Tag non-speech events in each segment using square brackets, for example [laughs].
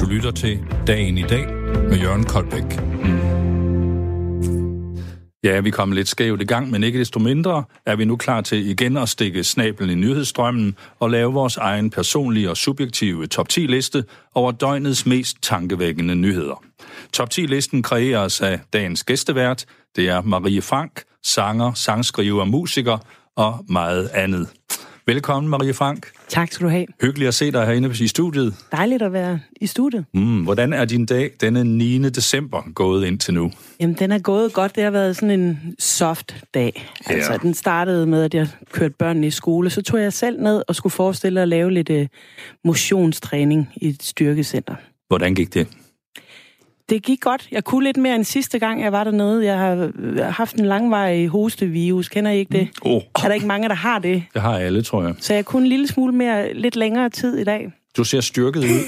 Du lytter til Dagen i dag med Jørgen Koldbæk. Ja, vi kom lidt skævt i gang, men ikke desto mindre er vi nu klar til igen at stikke snablen i nyhedsstrømmen og lave vores egen personlige og subjektive top 10-liste over døgnets mest tankevækkende nyheder. Top 10-listen kreeres af dagens gæstevært. Det er Marie Frank, sanger, sangskriver, musiker og meget andet. Velkommen, Marie Frank. Tak skal du have. Hyggeligt at se dig herinde i studiet. Dejligt at være i studiet. Mm, hvordan er din dag denne 9. december gået indtil nu? Jamen, den er gået godt. Det har været sådan en soft dag. Ja. Altså, den startede med, at jeg kørte børnene i skole. Så tog jeg selv ned og skulle forestille at lave lidt øh, motionstræning i et styrkecenter. Hvordan gik det? Det gik godt. Jeg kunne lidt mere end sidste gang, jeg var dernede. Jeg har øh, haft en langvarig hostevirus. Kender I ikke det? Åh, oh, Er der ikke mange, der har det? det har alle, tror jeg. Så jeg kunne en lille smule mere, lidt længere tid i dag. Du ser styrket ud.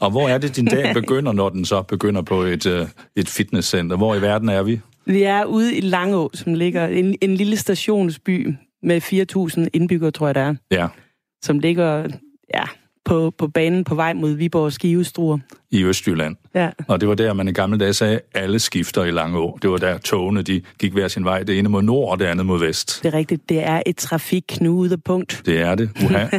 Og hvor er det, din dag begynder, når den så begynder på et, øh, et fitnesscenter? Hvor i verden er vi? Vi er ude i Langå, som ligger en, en lille stationsby med 4.000 indbyggere, tror jeg, der er, Ja, som ligger ja, på, på banen på vej mod Viborg og Skivestruer. i Østjylland. Ja. Og det var der, man i gamle dage sagde, alle skifter i Langå. Det var der togene, de gik hver sin vej. Det ene mod nord, og det andet mod vest. Det er rigtigt. Det er et trafikknudepunkt. Det er det. Uha.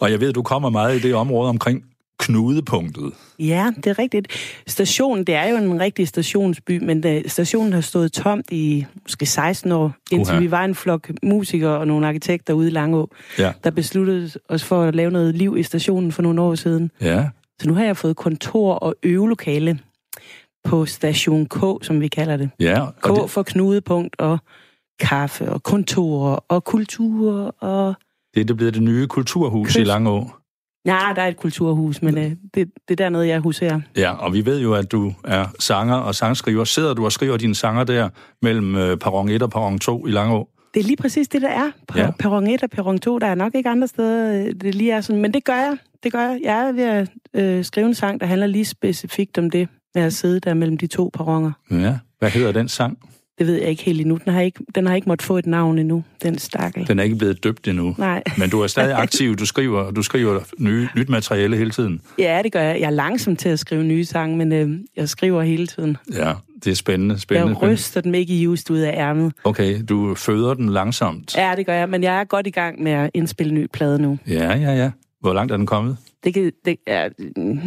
og jeg ved, du kommer meget i det område omkring knudepunktet. Ja, det er rigtigt. Stationen, det er jo en rigtig stationsby, men da stationen har stået tomt i måske 16 år, indtil Uha. vi var en flok musikere og nogle arkitekter ude i Langå, Ja. der besluttede os for at lave noget liv i stationen for nogle år siden. Ja, Så nu har jeg fået kontor og øvelokale på station K, som vi kalder det. ja. Og K det- for knudepunkt og kaffe og kontorer og kultur og... Det er det blevet det nye kulturhus Køs. i Køs- Langå. Nej, der er et kulturhus, men øh, det, det er dernede, jeg huserer. Ja, og vi ved jo, at du er sanger og sangskriver. Sidder du og skriver dine sanger der mellem øh, perron 1 og perron 2 i Langå? Det er lige præcis det, der er. Per, Ja. ja. Perron 1 og perron 2, der er nok ikke andre steder, øh, det lige er sådan. Men det gør jeg. Det gør jeg. Jeg er ved at øh, skrive en sang, der handler lige specifikt om det, med at sidde der mellem de to perroner. Ja. Hvad hedder den sang? Det ved jeg ikke helt endnu. Den har ikke, den har ikke måttet få et navn endnu, den stakkel. Den... Den er ikke blevet døbt endnu. Nej. Men du er stadig aktiv. Du skriver, og du skriver nye, nyt materiale hele tiden. Ja, det gør jeg. Jeg er langsom til at skrive nye sange, men øh, jeg skriver hele tiden. Ja, det er spændende. spændende. Jeg ryster dem ikke i just ud af ærmet. Okay, du føder den langsomt. Ja, det gør jeg, men jeg er godt i gang med at indspille ny plade nu. Ja, ja, ja. Hvor langt er den kommet? Det kan, det, ja, mm,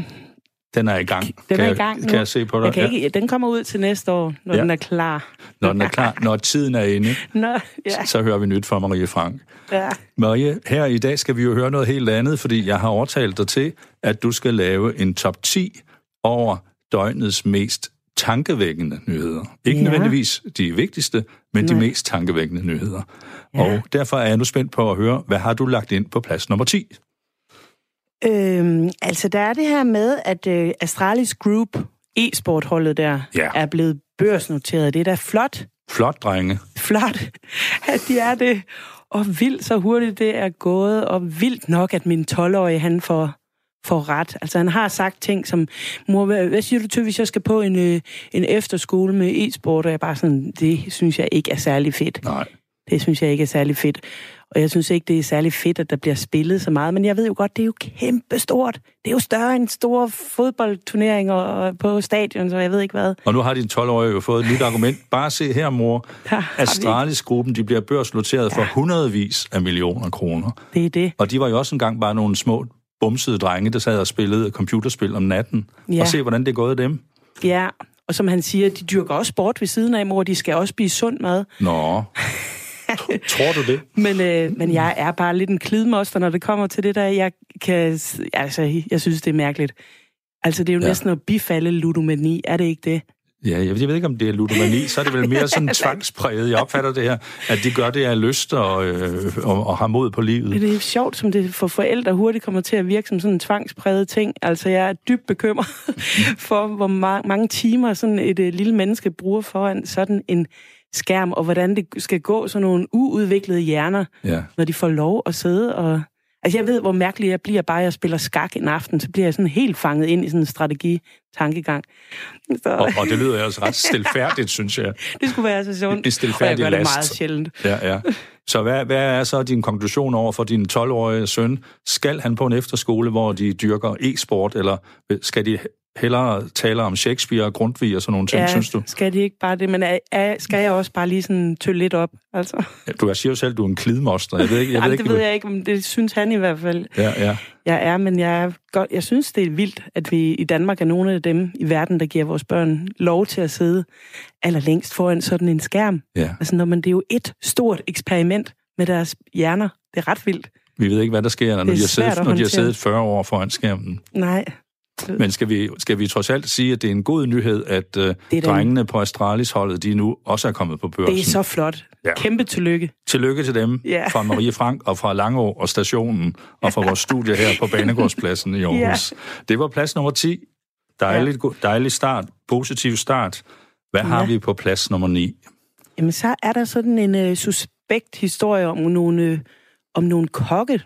Den er i gang. kan er i jeg, gang nu. Kan jeg se på dig? jeg kan ikke, den kommer ud til næste år, når Ja. ja. den er klar. Ja. Når den er klar, når tiden er inde, Nå, [laughs] ja, ja. så hører vi nyt fra Marie Frank. ja. Marie, her i dag skal vi jo høre noget helt andet, fordi jeg har overtalt dig til, at du skal lave en top 10 over døgnets mest tankevækkende nyheder. Ikke ja. Ja. nødvendigvis de vigtigste, men Nej. de Nej. mest tankevækkende nyheder. Ja. Ja. Og derfor er jeg nu spændt på at høre, hvad har du lagt ind på plads nummer 10? Øhm, altså, der er det her med, at øh, Astralis Group, e-sportholdet der, Ja. er blevet børsnoteret. Det er da flot. Flot, drenge. flot, at de er det. Og vildt så hurtigt det er gået, og vildt nok, at min 12-årige, han får, får ret. Altså han har sagt ting som, mor, hvad, hvad siger du til, hvis jeg skal på en, øh, en efterskole med e-sport? Og jeg er bare sådan, det synes jeg ikke er særlig fedt. Nej. Det synes jeg ikke er særlig fedt. Og jeg synes ikke, det er særlig fedt, at der bliver spillet så meget. Men jeg ved jo godt, det er jo kæmpestort. Det er jo større end store fodboldturneringer og- på stadion, så jeg ved ikke hvad. Og nu har din 12-årige jo fået et nyt argument. Bare se her, [laughs] mor. Der har vi- Astralis-gruppen, de bliver børsnoteret for hundredvis af millioner kroner. Det er det. Og de var jo også engang bare nogle små bumsede drenge, der sad og spillede computerspil om natten. Ja. Ja. Og se, hvordan det er gået dem. Ja, og som han siger, de dyrker også sport ved siden af, mor. De skal også spise sund mad. [laughs] Nå. Tror du det? Men, øh, men jeg er bare lidt en klidmoster, når det kommer til det der. Jeg, kan, s- altså, jeg synes, det er mærkeligt. Altså, det er jo Ja. ja. næsten at bifalde ludomani, er det ikke det? Ja, jeg ved, jeg ved ikke, om det er ludomani, så er det vel mere sådan tvangspræget. Jeg opfatter det her, at de gør det af lyst og, øh, og, og har mod på livet. Det er sjovt, som det for forældre hurtigt kommer til at virke som sådan en tvangspræget ting. Altså, jeg er dybt bekymret [laughs] for, hvor ma- mange timer sådan et øh, lille menneske bruger foran sådan en skærm, og hvordan det skal gå sådan nogle uudviklede hjerner, Ja. når de får lov at sidde og... Altså, jeg ved, hvor mærkelig jeg bliver, bare jeg spiller skak en aften, så bliver jeg sådan helt fanget ind i sådan en strategitankegang. Så Og, oh. og det lyder altså ret stilfærdigt, synes jeg. [laughs] det skulle være så sundt. En Og jeg stilfærdig gør det last. meget sjældent. Ja, ja. Så hvad, hvad er så din konklusion over for din 12-årige søn? Skal han på en efterskole, hvor de dyrker e-sport, eller skal de hellere tale om Shakespeare og Grundtvig og sådan nogle ting, ja, synes du? skal de ikke bare det, men er, er, skal jeg også bare lige sådan tølle lidt op, altså? Ja, Du siger jo selv, du er en klidmoster. Jeg ved ikke, [laughs] jeg Jamen, ved det ikke, ved jeg ikke, men det synes han i hvert fald. Ja, ja. Jeg er, men jeg, er godt, jeg synes, det er vildt, at vi i Danmark er nogle af dem i verden, der giver vores børn lov til at sidde allerlængst foran sådan en skærm. ja. Altså, når man, det er jo et stort eksperiment med deres hjerner. Det er ret vildt. Vi ved ikke, hvad der sker, når, de er har, svært siddet, at når de har håndtere. siddet 40 år foran skærmen. Nej, Men skal vi, skal vi trods alt sige, at det er en god nyhed, at uh, en- drengene på Astralis-holdet, de nu også er kommet på børsen. det er så flot. Ja. Ja. Kæmpe tillykke. Tillykke til dem Ja. fra Marie Frank og fra Langå og stationen og fra vores studie her på [laughs] Banegårdspladsen i Aarhus. Det var plads nummer 10. Dejlig, ja. dejlig start. Positiv start. Hvad har Ja. vi på plads nummer 9? Jamen, så er der sådan en øh, suspekt historie om nogle, øh, om nogle kokke,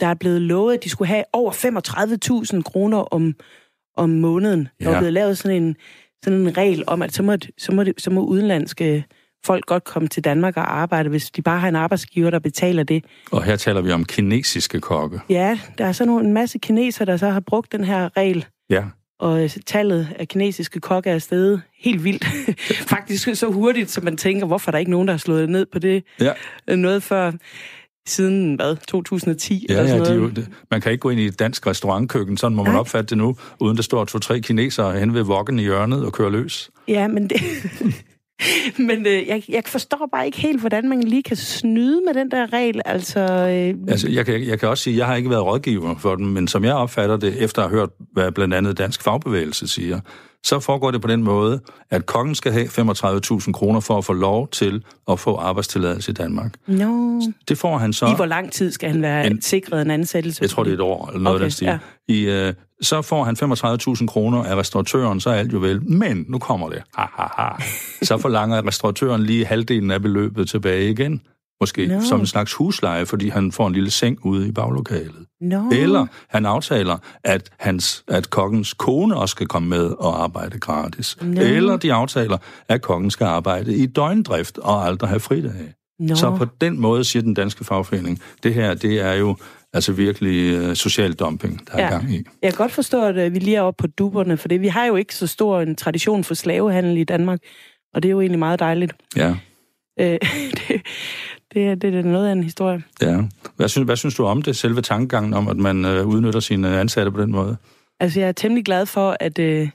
der er blevet lovet, at de skulle have over 35.000 kroner om, om måneden. Ja. Der Ja. er blevet lavet sådan en, sådan en regel om, at så må, så, må, så må udenlandske folk godt komme til Danmark og arbejde, hvis de bare har en arbejdsgiver, der betaler det. Og her taler vi om kinesiske kokke. Ja, der er så nogle, en masse kineser, der så har brugt den her regel, Ja. og øh, tallet af kinesiske kokke er steget helt vildt. [laughs] Faktisk så hurtigt, som man tænker, hvorfor er der ikke nogen, der har slået ned på det Ja, øh, noget før siden, hvad, 2010 ja, eller ja sådan de, er noget. jo- man kan ikke gå ind i et dansk restaurantkøkken, sådan må man Nej. opfatte det nu, uden der står to-tre kinesere hen ved vokken i hjørnet og kører løs. Ja, men det... [laughs] Men øh, jeg, jeg forstår bare ikke helt, hvordan man lige kan snyde med den der regel. Altså, øh, Altså, jeg, kan, jeg kan også sige, at jeg har ikke været rådgiver for dem, men som jeg opfatter det, efter at have hørt, hvad blandt andet Dansk Fagbevægelse siger, så foregår det på den måde, at kongen skal have 35.000 kroner for at få lov til at få arbejdstilladelse i Danmark. no. Det får han så... I hvor lang tid skal han være En- en, sikret en ansættelse? Jeg tror, det er et år, eller noget okay, Okay, den stil. Ja. I, øh, så får han 35.000 kroner af restauratøren, så er alt jo vel. Men nu kommer det. Ha, ha, [laughs] ha. Så forlanger restauratøren lige halvdelen af beløbet tilbage igen. Måske no. Nå. som en slags husleje, fordi han får en lille seng ude i baglokalet. no. Eller han aftaler, at, hans, at kokkens kone også skal komme med og arbejde gratis. Nå. Eller de aftaler, at kokken skal arbejde i døgndrift og aldrig have fridage. Nå. Så på den måde siger den danske fagforening, det her, det er jo altså virkelig øh, social dumping, der er Ja. gang i. Jeg kan godt forstå, at øh, vi lige er oppe på duberne, for det, vi har jo ikke så stor en tradition for slavehandel i Danmark, og det er jo egentlig meget dejligt. Ja, Øh, [laughs] det, det, er, det er da noget af en historie. ja. Hvad, synes, hvad synes du om det, selve tankegangen om, at man øh, udnytter sine ansatte på den måde? Altså, jeg er temmelig glad for, at, øh,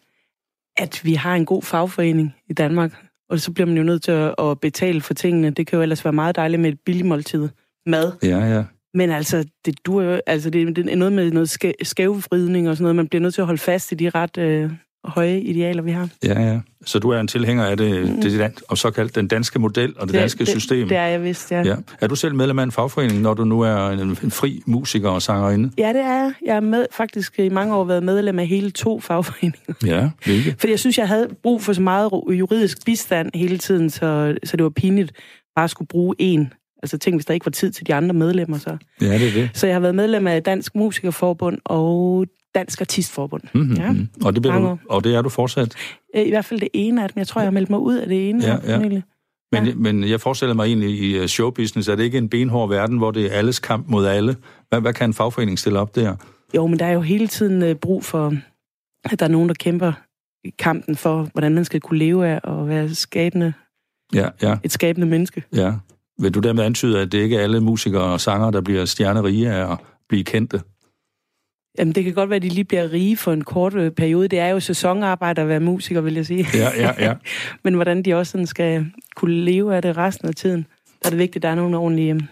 at vi har en god fagforening i Danmark. Og så bliver man jo nødt til at, at betale for tingene. Det kan jo ellers være meget dejligt med et billigt måltid mad. Ja, ja. Men altså, det, dur, jo- altså, det, det er noget med noget skæ, skævvridning og sådan noget. Man bliver nødt til at holde fast i de ret øh, høje idealer, vi har. Ja, ja. Så du er en tilhænger af det, mm. det, det og såkaldt den danske model og det, det danske det, system. Det, det er jeg vist, ja. Ja. Er du selv medlem af en fagforening, når du nu er en, en fri musiker og [laughs] sangerinde? Ja, det er jeg. Jeg har med, faktisk i mange år været medlem af hele to fagforeninger. Ja, hvilke? Fordi jeg synes, jeg havde brug for så meget ro- juridisk bistand hele tiden, så, så det var pinligt bare at skulle bruge en. Altså tænk, hvis der ikke var tid til de andre medlemmer. Så, Ja, det er det. så jeg har været medlem af Dansk Musikerforbund og Dansk Artistforbund. Mm-hmm. Ja. Ja. Og, det bliver du, Mange og det er du fortsat. Øh, I hvert fald det ene af dem. Jeg tror, jeg har meldt mig ud af det ene. Ja, her, ja. Pernille. Men, ja. Ja. men jeg forestiller mig egentlig i øh, showbusiness, er det ikke en benhård verden, hvor det er alles kamp mod alle? Hvad, hvad kan en fagforening stille op der? Jo, men der er jo hele tiden øh, brug for, at der er nogen, der kæmper i kampen for, hvordan man skal kunne leve af og være skabende, Ja, ja, et skabende menneske. ja. Vil du dermed antyde, at det ikke er alle musikere og sanger, der bliver stjernerige af at blive kendte? Jamen, det kan godt være, at de lige bliver rige for en kort øh, periode. Det er jo sæsonarbejde at være musiker, vil jeg sige. Ja, ja, ja. Men hvordan de også sådan skal kunne leve af det resten af tiden, der er det vigtigt, at der er nogle ordentlige,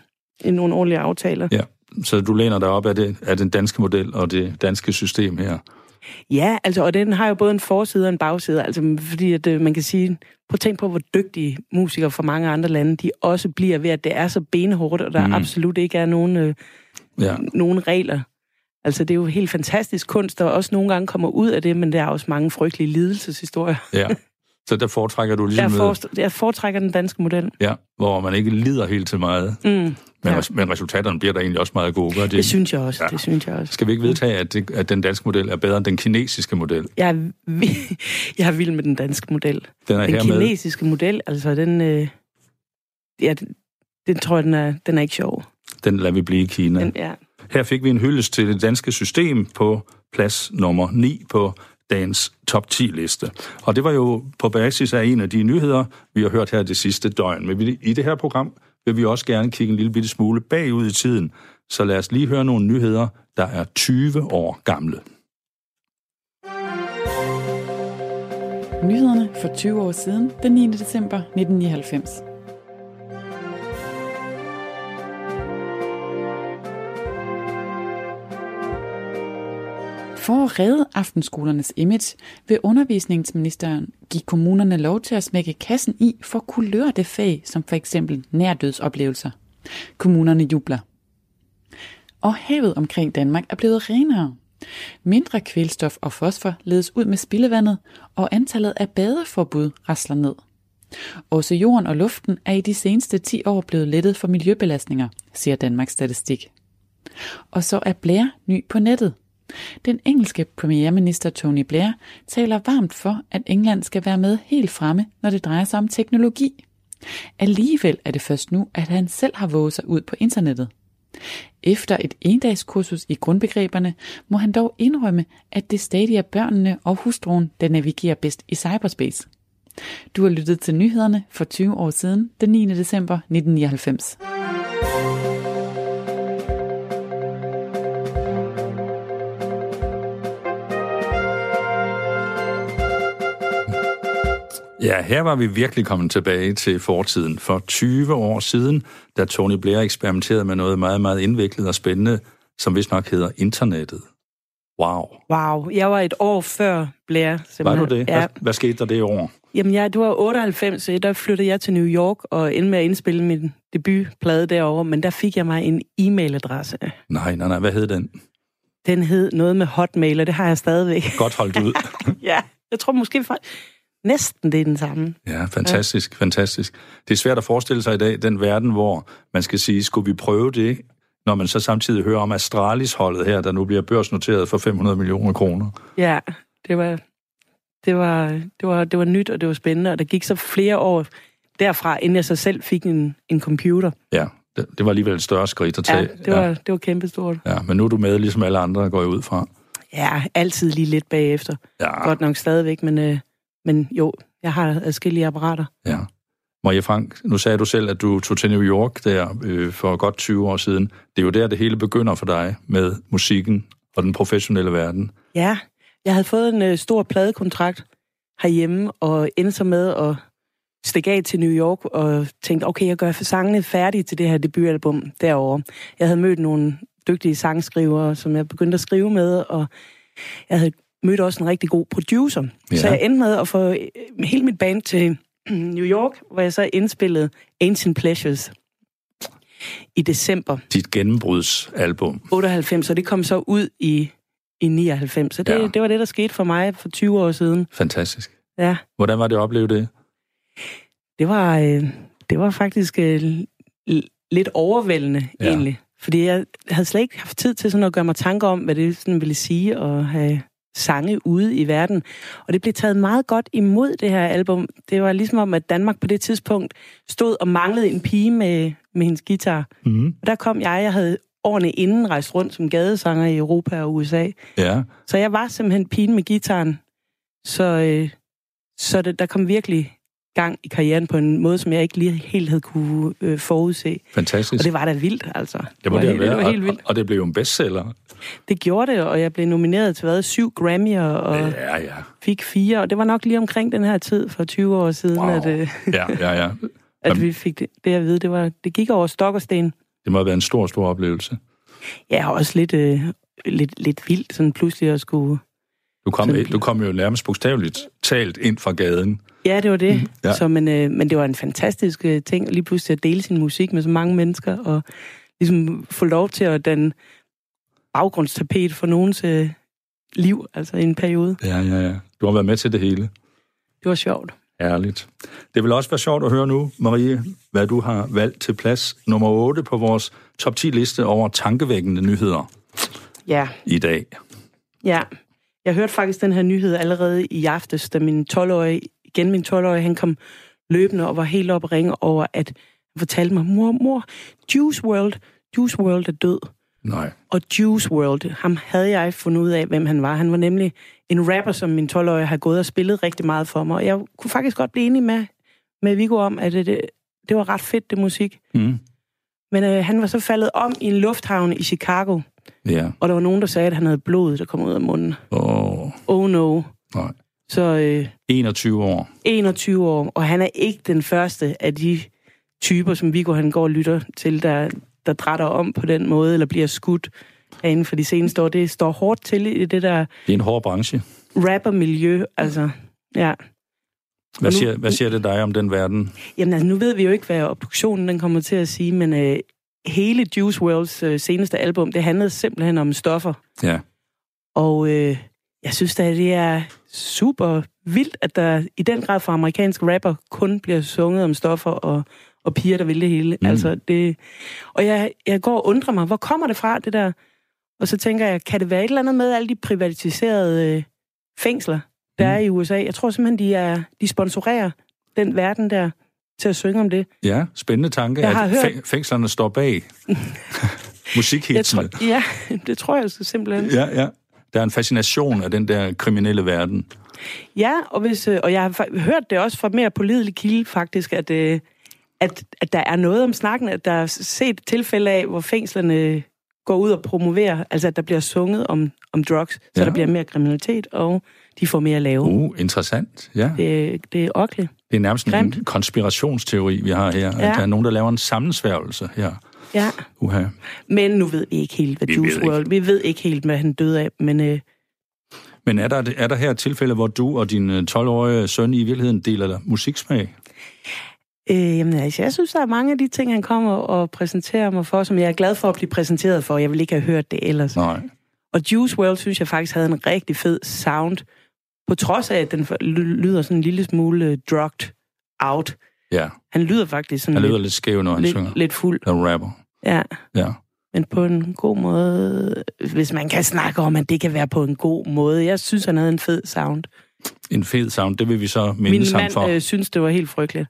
øh, nogle ordentlige aftaler. ja. Så du læner dig op af, det, af den danske model og det danske system her? Ja, altså, og den har jo både en forside og en bagside. Altså, fordi at, øh, man kan sige, prøv at tænke på, hvor dygtige musikere fra mange andre lande, de også bliver ved, at det er så benhårdt, og der Mm. mm. absolut ikke er nogen, øh, Ja. nogen regler. Altså, det er jo helt fantastisk kunst, der også nogle gange kommer ud af det, men der er også mange frygtelige lidelseshistorier. Ja. Så der foretrækker du Jeg, ligesom... øh, forst- jeg foretrækker den danske model. Ja, hvor man ikke lider helt til meget. Men, Mm, ja. Ja. res- men resultaterne bliver der egentlig også meget gode. Gør de det ikke? synes jeg også, Ja. ja. det synes jeg også. Skal vi ikke vedtage, at, det, at den danske model er bedre end den kinesiske model? Jeg er, vi- [laughs] jeg er vild med den danske model. Den er Den hermed... kinesiske model, altså den... Øh, ja, den- det tror jeg, den er, den er ikke sjov. Den lader vi blive i Kina. Den, ja. Her fik vi en hyldest til det danske system på plads nummer 9 på dagens top 10-liste. Og det var jo på basis af en af de nyheder, vi har hørt her det sidste døgn. Men vi- i det her program vil vi også gerne kigge en lille bitte smule bagud i tiden. Så lad os lige høre nogle nyheder, der er 20 år gamle. Nyhederne for 20 år siden, den 9. december 1999. For at redde aftenskolernes image vil undervisningsministeren give kommunerne lov til at smække kassen i for kulørte fag, som for eksempel nærdødsoplevelser. Kommunerne jubler. Og havet omkring Danmark er blevet renere. Mindre kvælstof og fosfor ledes ud med spildevandet, og antallet af badeforbud rasler ned. Også jorden og luften er i de seneste 10 år blevet lettet for miljøbelastninger, siger Danmarks Statistik. Og så er Blair ny på nettet. Den engelske premierminister Tony Blair taler varmt for, at England skal være med helt fremme, når det drejer sig om teknologi. Alligevel er det først nu, at han selv har våget sig ud på internettet. Efter et endagskursus i grundbegreberne, må han dog indrømme, at det stadig er børnene og hustruen, der navigerer bedst i cyberspace. Du har lyttet til nyhederne for 20 år siden, den 9. december 1999. Ja, her var vi virkelig kommet tilbage til fortiden. For 20 år siden, da Tony Blair eksperimenterede med noget meget, meget indviklet og spændende, som vist nok hedder internettet. Wow. Wow, jeg var et år før Blair. Var simpelthen. du det? Ja. Hvad, hvad skete der det år? Jamen, jeg, det var 98, så der flyttede jeg til New York og endte med at indspille min debutplade derovre, men der fik jeg mig en e-mailadresse. Nej, nej, nej. Hvad hed den? Den hed noget med Hotmail, og det har jeg stadigvæk. [laughs] Godt holdt ud. ja, jeg tror måske for... næsten det er den samme. Ja, fantastisk, fantastisk. Det er svært at forestille sig i dag, den verden, hvor man skal sige, skulle vi prøve det, når man så samtidig hører om Astralis-holdet her, der nu bliver børsnoteret for 500 millioner kroner. Ja, det var, det var, det var, det var nyt, og det var spændende, og der gik så flere år derfra, inden jeg så selv fik en, en computer. Ja, det, det var alligevel et større skridt at tage. Ja, det var, ja, det var kæmpestort. ja, men nu er du med, ligesom alle andre, går jeg ud fra. Ja, altid lige lidt bagefter. Ja, Godt nok stadigvæk, men, øh, men jo, jeg har adskillige apparater. ja. Maria Frank, nu sagde du selv, at du tog til New York der øh, for godt 20 år siden. Det er jo der, det hele begynder for dig med musikken og den professionelle verden. Ja, jeg havde fået en øh, stor pladekontrakt herhjemme, og endte så med at stikke af til New York, og tænkte, okay, jeg gør for sangene færdige til det her debutalbum derovre. Jeg havde mødt nogle dygtige sangskrivere, som jeg begyndte at skrive med, og jeg havde mødt også en rigtig god producer. Ja. Ja. Så jeg endte med at få øh, hele mit band til New York, hvor jeg så indspillede Ancient Pleasures i december Dit gennembrudsalbum. 98, og det kom så ud i, i 99. Så det, Ja. ja. det var det, der skete for mig for 20 år siden. Fantastisk. Ja, Hvordan var det at opleve det? det var, øh, det var faktisk øh, l- lidt overvældende Ja. ja. egentlig. Fordi jeg havde slet ikke haft tid til sådan at gøre mig tanker om, hvad det sådan ville sige at have sange ude i verden. Og det blev taget meget godt imod det her album. Det var ligesom om, at Danmark på det tidspunkt stod og manglede en pige med, med hendes guitar. Mm. Og der kom jeg, jeg havde årene inden rejst rundt som gadesanger i Europa og USA. Ja, Så jeg var simpelthen pigen med gitaren. Så, øh, så det, der kom virkelig gang i karrieren på en måde, som jeg ikke lige helt havde kunne øh, forudse. fantastisk. Og det var da vildt, altså. må var det, have helt, det været. var helt og, vildt. og det blev jo en bestseller. Det gjorde det, og jeg blev nomineret til hvad, syv Grammy'er og Ja, ja. fik fire. Og det var nok lige omkring den her tid for 20 år siden, Wow. wow. at, øh, Ja, ja, ja. at vi fik det, det at vide. Det, var, det gik over stok og sten. Det må have været en stor, stor oplevelse. Ja, og også lidt, øh, lidt, lidt vildt, sådan pludselig at skulle... Du kom, Sådan- du kom jo nærmest bogstaveligt talt ind fra gaden. Ja, det var det. ja. Ja. Så, men, øh, men det var en fantastisk øh, ting, lige pludselig at dele sin musik med så mange mennesker, og ligesom få lov til at danne baggrundstapet for nogens øh, liv, altså i en periode. Ja, ja, ja. Du har været med til det hele. Det var sjovt. Ærligt. Det vil også være sjovt at høre nu, Marie, hvad du har valgt til plads nummer 8 på vores top 10-liste over tankevækkende nyheder Ja, i dag. ja. Jeg hørte faktisk den her nyhed allerede i aftes, da min 12-årige, igen min 12-årige, han kom løbende og var helt oppe at ringe over, at Han fortalte mig, mor, mor, Juice World, Juice World er død. Nej. Og Juice World, ham havde jeg fundet ud af, hvem han var. Han var nemlig en rapper, som min 12-årige har gået og spillet rigtig meget for mig. Og jeg kunne faktisk godt blive enig med, med Viggo om, at det, det, det var ret fedt, det musik. Mm. Men øh, han var så faldet om i en lufthavn i Chicago, Ja. og der var nogen, der sagde, at han havde blod, der kom ud af munden. Åh, Oh no. nej. Så øh, 21 år. 21 år, og han er ikke den første af de typer, som Viggo han går og lytter til, der, der drætter om på den måde, eller bliver skudt af inden for de seneste år. Det står hårdt til i det der Det er en hård branche. rapper-miljø, altså. Ja. Hvad Og nu- siger, hvad siger det dig om den verden? Jamen altså, nu ved vi jo ikke, hvad obduktionen den kommer til at sige, men øh, hele Juice Worlds øh, seneste album, det handlede simpelthen om stoffer. Ja. Og øh, jeg synes da, det er super vildt, at der i den grad for amerikanske rapper kun bliver sunget om stoffer og, og piger, der vil det hele. Mm. Mm. Altså, det, og jeg, jeg går og undrer mig, hvor kommer det fra, det der? Og så tænker jeg, kan det være et eller andet med alle de privatiserede øh, fængsler, der Mm. er i USA? Jeg tror simpelthen, de, er, de sponsorerer den verden der til at synge om det. Ja, spændende tanke, Jeg at har hørt- fæng- fængslerne står [laughs] bag Jeg musikhitsene. tror, ja, [laughs] det tror jeg så simpelthen. Ja, ja. Der er en fascination af den der kriminelle verden. Ja, og, hvis, øh, og jeg har fa- hørt det også fra mere pålidelig kilde faktisk, at, øh, at, at der er noget om snakken, at der er set tilfælde af, hvor fængslerne går ud og promoverer, altså at der bliver sunget om, om drugs, så Ja. ja. der bliver mere kriminalitet, og de får mere lave. Uh. Uh, interessant. Ja, Det, det er okle. det er nærmest Grimt. en Grimt. konspirationsteori, vi har her. Ja. Ja. At der er nogen, der laver en sammensværgelse her. Ja. Uha. Men nu ved vi ikke helt, hvad Vi vi ved Juice ikke. World... Vi ved ikke helt, hvad han døde af, men øh, Men er der, er der her et tilfælde, hvor du og din øh, 12-årige søn i virkeligheden deler der musiksmag? øh, jamen, altså, jeg synes, der er mange af de ting, han kommer og præsenterer mig for, som jeg er glad for at blive præsenteret for. Jeg ville ikke have hørt det ellers. Nej. Og Juice WRLD synes jeg faktisk havde en rigtig fed sound, på trods af, at den for- ly- lyder sådan en lille smule øh, drugged out. Ja, Han lyder faktisk sådan han lyder lidt, lidt skæv, når han lidt, synger. lidt, lidt fuld, Han rapper. ja. Ja. men på en god måde, hvis man kan snakke om, at det kan være på en god måde. Jeg synes, han havde en fed sound. En fed sound, det vil vi så minde Min ham for. mand øh, synes, det var helt frygteligt.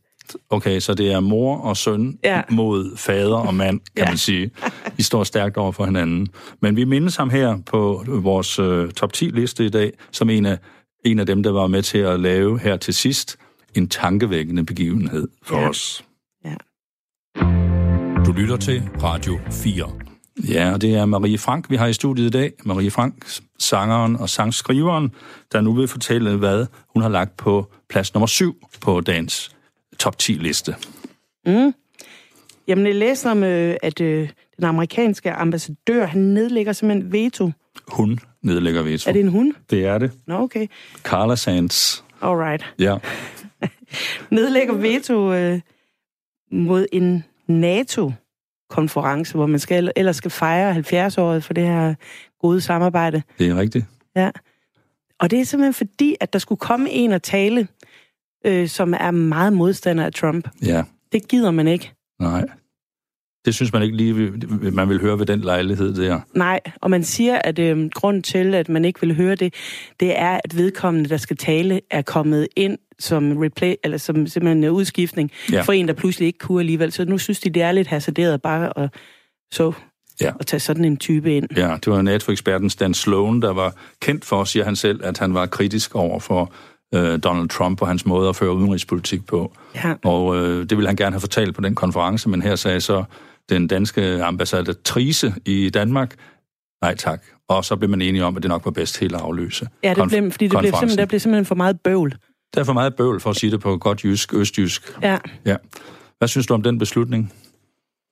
Okay, så det er mor og søn ja. Ja. mod fader og mand, kan ja. Ja. man sige. De står stærkt over for hinanden. Men vi mindes ham her på vores øh, top 10-liste i dag, som en af, en af dem, der var med til at lave her til sidst en tankevækkende begivenhed for ja. Ja. os. Ja. Du lytter til Radio 4. Ja, og det er Marie Frank, vi har i studiet i dag. Marie Frank, sangeren og sangskriveren, der nu vil fortælle, hvad hun har lagt på plads nummer 7 på dagens top 10-liste. Mm. Jamen, jeg læste om, øh, at øh, den amerikanske ambassadør, han nedlægger simpelthen veto. Hun nedlægger veto. Er det en hund? det er det. Nå, okay. Carla Sands. Alright. Ja. nedlægger veto øh, mod en NATO-konference, hvor man skal, ellers skal fejre 70-året for det her gode samarbejde. Det er rigtigt. Ja. Og det er simpelthen fordi, at der skulle komme en og tale, øh, som er meget modstander af Trump. Ja. Det gider man ikke. Nej. Det synes man ikke lige, vi- man vil høre ved den lejlighed der. Nej, og man siger, at øh, grund til, at man ikke vil høre det, det er, at vedkommende, der skal tale, er kommet ind som replay, eller som simpelthen en udskiftning Ja. ja. for en, der pludselig ikke kunne alligevel. Så nu synes de, det er lidt hasarderet bare at så Ja. at tage sådan en type ind. Ja, det var NATO-eksperten Stan Sloan, der var kendt for, siger han selv, at han var kritisk over for øh, Donald Trump og hans måde at føre udenrigspolitik på. Ja. Og øh, det ville han gerne have fortalt på den konference, men her sagde så den danske ambassadrice i Danmark, nej tak. Og så blev man enige om, at det nok var bedst helt at afløse. Ja, det blev, fordi det blev konferencen. simpelthen, der blev simpelthen for meget bøvl. Der er for meget bøvl, for at sige det på godt jysk, østjysk. Ja. Ja. Hvad synes du om den beslutning?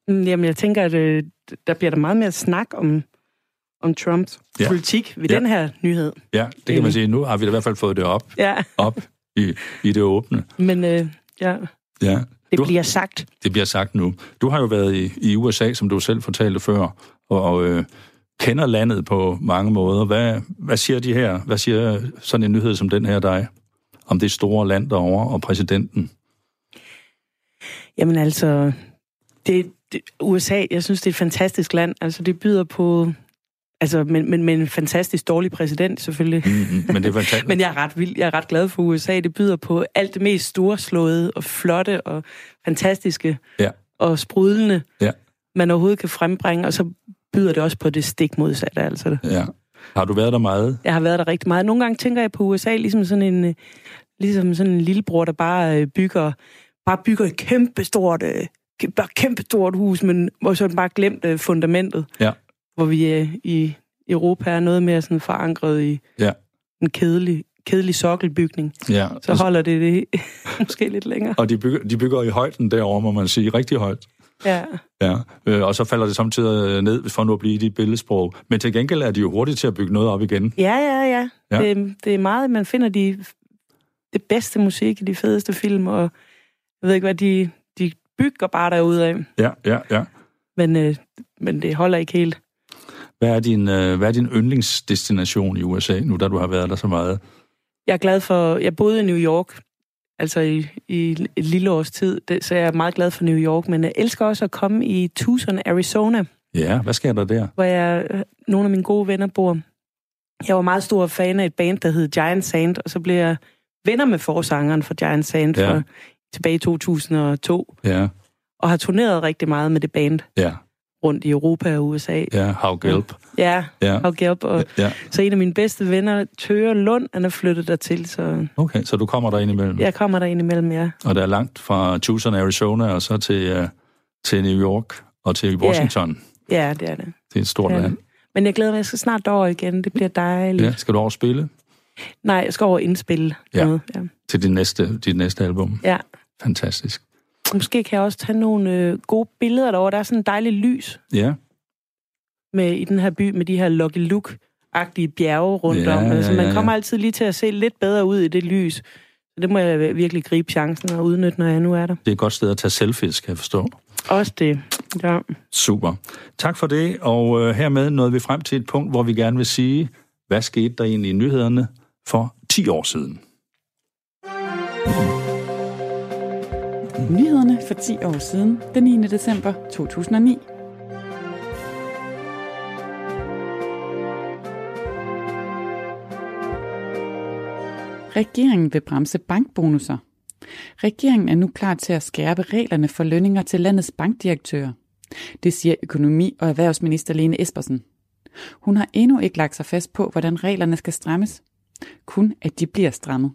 Mm, Jamen, jeg tænker, at øh, der bliver der meget mere snak om, om Trumps Ja. ja. politik ved Ja. ja. den her nyhed. Ja, det kan man Enig. sige. Nu har vi da i hvert fald fået det op, Ja, op i, i det åbne. men øh, ja, Ja. Du- det du... bliver sagt. det bliver sagt nu. Du har jo været i, i USA, som du selv fortalte før, og, og øh, kender landet på mange måder. Hvad, hvad siger de her? Hvad siger sådan en nyhed som den her dig? Om det store land derovre og præsidenten? Jamen altså, det, det, USA, jeg synes, det er et fantastisk land. Altså, det byder på... Altså, men, men, men en fantastisk dårlig præsident, selvfølgelig. Mm-hmm. Men det var talt. [laughs] Men jeg er ret vild. Jeg er ret glad for USA. Det byder på alt det mest storslåede og flotte og fantastiske. Ja. og sprudlende, Ja. man overhovedet kan frembringe, og så byder det også på det stik modsatte. Altså. Ja. Har du været der meget? Jeg har været der rigtig meget. Nogle gange tænker jeg på USA ligesom sådan en, øh, ligesom sådan en lillebror, der bare øh, bygger, bare bygger et kæmpestort, øh, kæ- bare kæmpestort hus, men hvor så har man bare glemt øh, fundamentet. Ja. Hvor vi øh, i Europa er noget mere sådan forankret i Ja. en kedelig, kedelig sokkelbygning. Ja. Så holder det det [laughs] måske lidt længere. Og de bygger, de bygger i højden derovre, må man sige. Rigtig højt. Ja. Ja. Øh, Og så falder det samtidig øh, ned, for nu at blive i dit billedsprog. Men til gengæld er de jo hurtige til at bygge noget op igen. Ja, ja, ja. Ja. ja. Det, det er meget, man finder de, det bedste musik i de fedeste film, og jeg ved ikke hvad, de, de bygger bare derude af. Ja, ja, ja. Men, øh, men det holder ikke helt. Hvad er din, øh, hvad er din yndlingsdestination i USA, nu da du har været der så meget? Jeg er glad for, jeg boede i New York, altså i, i et lille års tid, det, så jeg er meget glad for New York, men jeg elsker også at komme i Tucson, Arizona, Ja, hvad sker der der? hvor jeg, øh, nogle af mine gode venner bor. Jeg var meget stor fan af et band, der hed Giant Sand, og så blev jeg venner med forsangeren for Giant Sand Ja. ja. for, tilbage i 2002, Ja, og har turneret rigtig meget med det band ja, rundt i Europa og USA. ja. How Gelb. Ja, Ja, og Gelb, og ja. så en af mine bedste venner, Tøre Lund, han er flyttet dertil, så Okay, så du kommer der ind imellem. jeg kommer der ind imellem jer. Og der er langt fra Tucson, Arizona, og så til, øh, til New York og til Washington. Ja, det er det. Det er et stort Ja. land. Men jeg glæder mig, jeg skal snart over igen. Det bliver dejligt. Ja, Ja. skal du over og spille Nej, jeg skal over og indspille Ja. ja. noget. Ja. til dit næste, dit næste album? Ja. Fantastisk. Måske kan jeg også tage nogle øh, gode billeder derovre. Der er sådan en dejlig lys Ja, med, i den her by med de her Lucky Luke-agtige bjerge rundt Ja, om. ja, så man ja, ja. kommer altid lige til at se lidt bedre ud i det lys. Så det må jeg virkelig gribe chancen og udnytte, når jeg nu er der. det er et godt sted at tage selfies, skal jeg forstå. Også det. Ja. Super. Tak for det, og øh, hermed nåede vi frem til et punkt, hvor vi gerne vil sige, hvad skete der egentlig i nyhederne for 10 år siden? Nyhederne for 10 år siden, den 9. december 2009. Regeringen vil bremse bankbonusser. Regeringen er nu klar til at skærpe reglerne for lønninger til landets bankdirektører. Det siger økonomi- og erhvervsminister Lene Espersen. Hun har endnu ikke lagt sig fast på, hvordan reglerne skal strammes. Kun at de bliver strammet.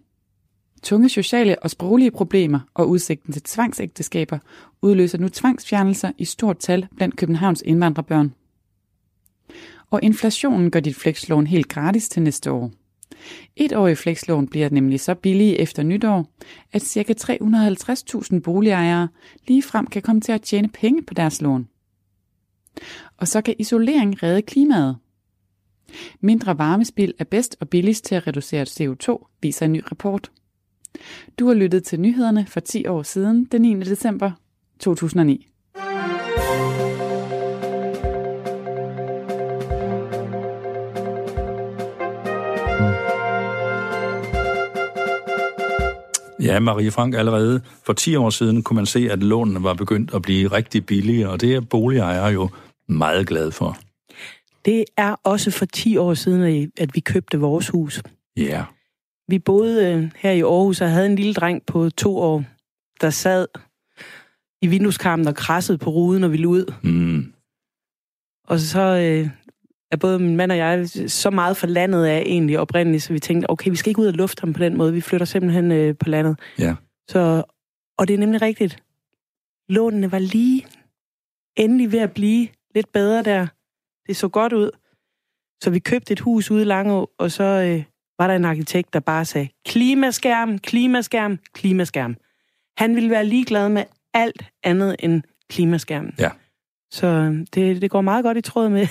Tunge sociale og sproglige problemer og udsigten til tvangsægteskaber udløser nu tvangsfjernelser i stort tal blandt Københavns indvandrerbørn. Og inflationen gør dit flekslån helt gratis til næste år. Et år i flekslån bliver nemlig så billige efter nytår, at ca. 350.000 boligejere ligefrem kan komme til at tjene penge på deres lån. Og så kan isolering redde klimaet. Mindre varmespild er bedst og billigst til at reducere CO2, viser en ny rapport. Du har lyttet til nyhederne for 10 år siden, den 9. december 2009. Ja, Marie Frank, allerede for 10 år siden kunne man se, at lånene var begyndt at blive rigtig billige, og det er boligejere jo meget glade for. Det er også for 10 år siden, at vi købte vores hus. Ja, Vi boede øh, her i Aarhus og havde en lille dreng på to år, der sad i vindueskarmen og krassede på ruden og ville ud. mm, Og så øh, er både min mand og jeg så meget for landet af egentlig oprindeligt, så vi tænkte, okay, vi skal ikke ud og lufte ham på den måde. Vi flytter simpelthen øh, på landet. Ja. Så, og det er nemlig rigtigt. Lånene var lige endelig ved at blive lidt bedre der. Det så godt ud. Så vi købte et hus ude i Langå, og så øh, var der en arkitekt, der bare sagde, klimaskærm, klimaskærm, klimaskærm. Han ville være ligeglad med alt andet end klimaskærmen. Ja. Så øh, det, det går meget godt i tråd med [laughs]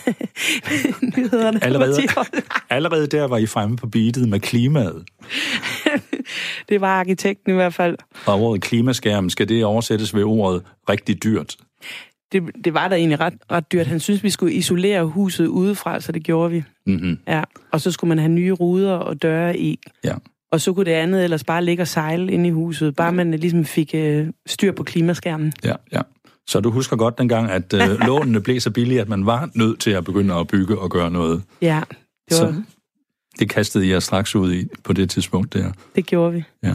med nyhederne. for [laughs] Allerede. 10 år. Allerede der var I fremme på beatet med klimaet. Det var arkitekten i hvert fald. Og ordet klimaskærm, skal det oversættes ved ordet rigtig dyrt? Det, det var da egentlig ret, ret dyrt. Han synes vi skulle isolere huset udefra, så det gjorde vi. Mm-hmm. Ja. Og så skulle man have nye ruder og døre i. Ja. Og så kunne det andet ellers bare ligge og sejle inde i huset. Bare man ligesom fik øh, styr på klimaskærmen. Ja, ja. Så du husker godt dengang, at øh, lånene blev så billige, at man var nødt til at begynde at bygge og gøre noget. Ja, det, var, Så det kastede jeg straks ud i på det tidspunkt der. det gjorde vi. Ja.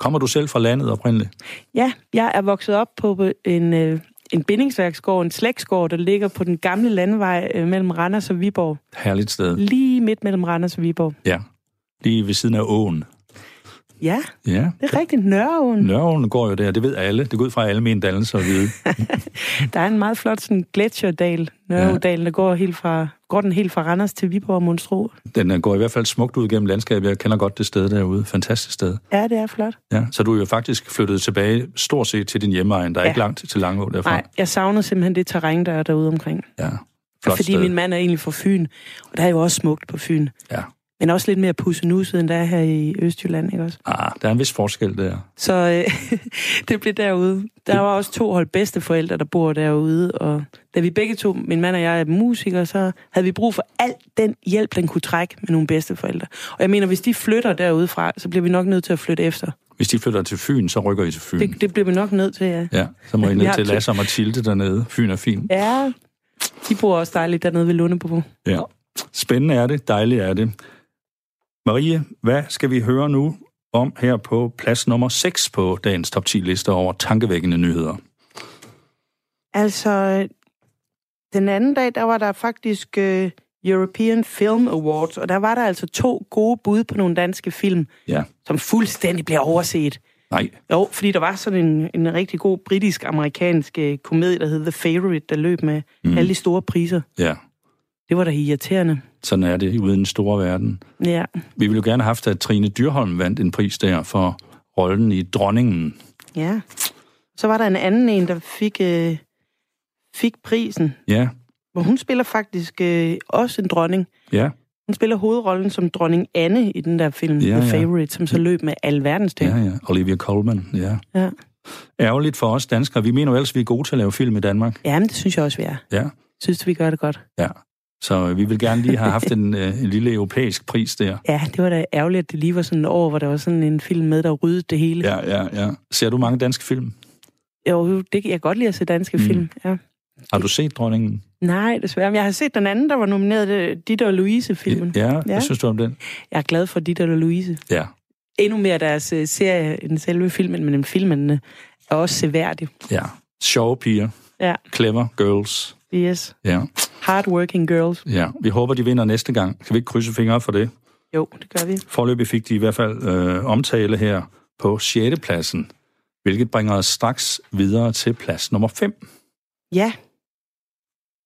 Kommer du selv fra landet oprindeligt? Ja, jeg er vokset op på en, øh, en bindingsværksgård, en slægtsgård, der ligger på den gamle landvej øh, mellem Randers og Viborg. Herligt sted. Lige midt mellem Randers og Viborg. Ja. Lige ved siden af åen. Ja, Ja. det er rigtigt. Nørreåen. Nørreåen går jo der, det ved alle. Det går ud fra alle mine dannelser at vide. Der er en meget flot sådan gletsjerdal, Nørredalen, der går, helt fra, går den helt fra Randers til Viborg og Monstro. Den øh, går i hvert fald smukt ud gennem landskabet. Jeg kender godt det sted derude. Fantastisk sted. Ja, det er flot. Ja. Så du er jo faktisk flyttet tilbage stort set til din hjemmeegn. Der er Ja. ja. ikke langt til Langå derfra. Nej, jeg savner simpelthen det terræn, der er derude omkring. Ja. Flot fordi sted. min mand er egentlig fra Fyn, og der er jo også smukt på Fyn. Ja. Men også lidt mere pussenuset, end der er her i Østjylland, ikke også? Ah, der er en vis forskel der. Så øh, [laughs] det blev derude. Der var også to hold bedsteforældre, der bor derude, og da vi begge to, min mand og jeg, er musikere, så havde vi brug for al den hjælp, den kunne trække med nogle bedsteforældre. Og jeg mener, hvis de flytter derudefra, så bliver vi nok nødt til at flytte efter. Hvis de flytter til Fyn, så rykker I til Fyn. Det, det bliver vi nok nødt til, ja. Ja, så må I Vi ned har til to- Lasse og Mathilde dernede. Fyn er fin. Ja, de bor også dejligt dernede ved Lundebo. Ja. Spændende er det, dejligt er det. Marie, hvad skal vi høre nu om her på plads nummer 6 på dagens top 10 liste over tankevækkende nyheder? Altså, den anden dag, der var der faktisk øh, European Film Awards, og der var der altså to gode bud på nogle danske film, Ja, som fuldstændig bliver overset. nej. Jo, fordi der var sådan en, en rigtig god britisk-amerikansk øh, komedie, der hed The Favorite, der løb med mm. alle de store priser. Ja, Det var da irriterende. sådan er det ude i den store verden. Ja, Vi ville jo gerne have haft, at Trine Dyrholm vandt en pris der for rollen i Dronningen. ja. Så var der en anden en, der fik, øh, fik prisen, Ja, hvor hun spiller faktisk øh, også en dronning. ja, Hun spiller hovedrollen som dronning Anne i den der film, ja, Ja, The ja. Favorite, som så løb med alverdens ting. ja, ja. Olivia Colman, ja. Ja. Ærgerligt for os danskere. Vi mener jo ellers, vi er gode til at lave film i Danmark. Jamen, det synes jeg også, vi er. Ja. Synes, vi gør det godt. Ja, så øh, vi vil gerne lige have haft en, [laughs] øh, en lille europæisk pris der. Ja, det var da ærgerligt, at det lige var sådan et år, hvor der var sådan en film med, der ryddede det hele. Ja, ja, ja. Ser du mange danske film? Jo, det kan jeg godt lide at se danske Mm. mm. film. Ja. Har du set Dronningen? Nej, desværre. Men jeg har set den anden, der var nomineret, det er Ditte og Louise-filmen. Ja, ja, Ja. hvad synes du om den? Jeg er glad for Ditte og Louise. Ja, Endnu mere deres øh, serie end selve filmen, men den filmen øh, er også seværdig. ja. Sjove piger. Ja. Clever girls. Yes. Ja, Hardworking girls. ja. Vi håber, de vinder næste gang. Kan vi ikke krydse fingre for det? Jo, det gør vi. Forløbig fik de i hvert fald øh, omtale her på 6. pladsen, hvilket bringer os straks videre til plads nummer 5. Ja.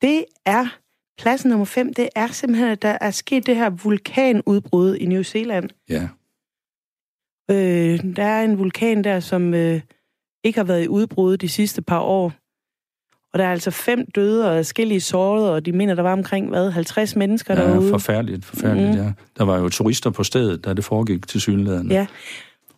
Det er pladsen nummer 5. Det er simpelthen, at der er sket det her vulkanudbrud i New Zealand. Ja, Øh, der er en vulkan der, som øh, ikke har været i udbrud de sidste par år. Og der er altså fem døde og forskellige sårede, og de mener, der var omkring, hvad, 50 mennesker ja derude. forfærdeligt, forfærdeligt, Mhm. ja. Der var jo turister på stedet, da det foregik til synligheden. Ja.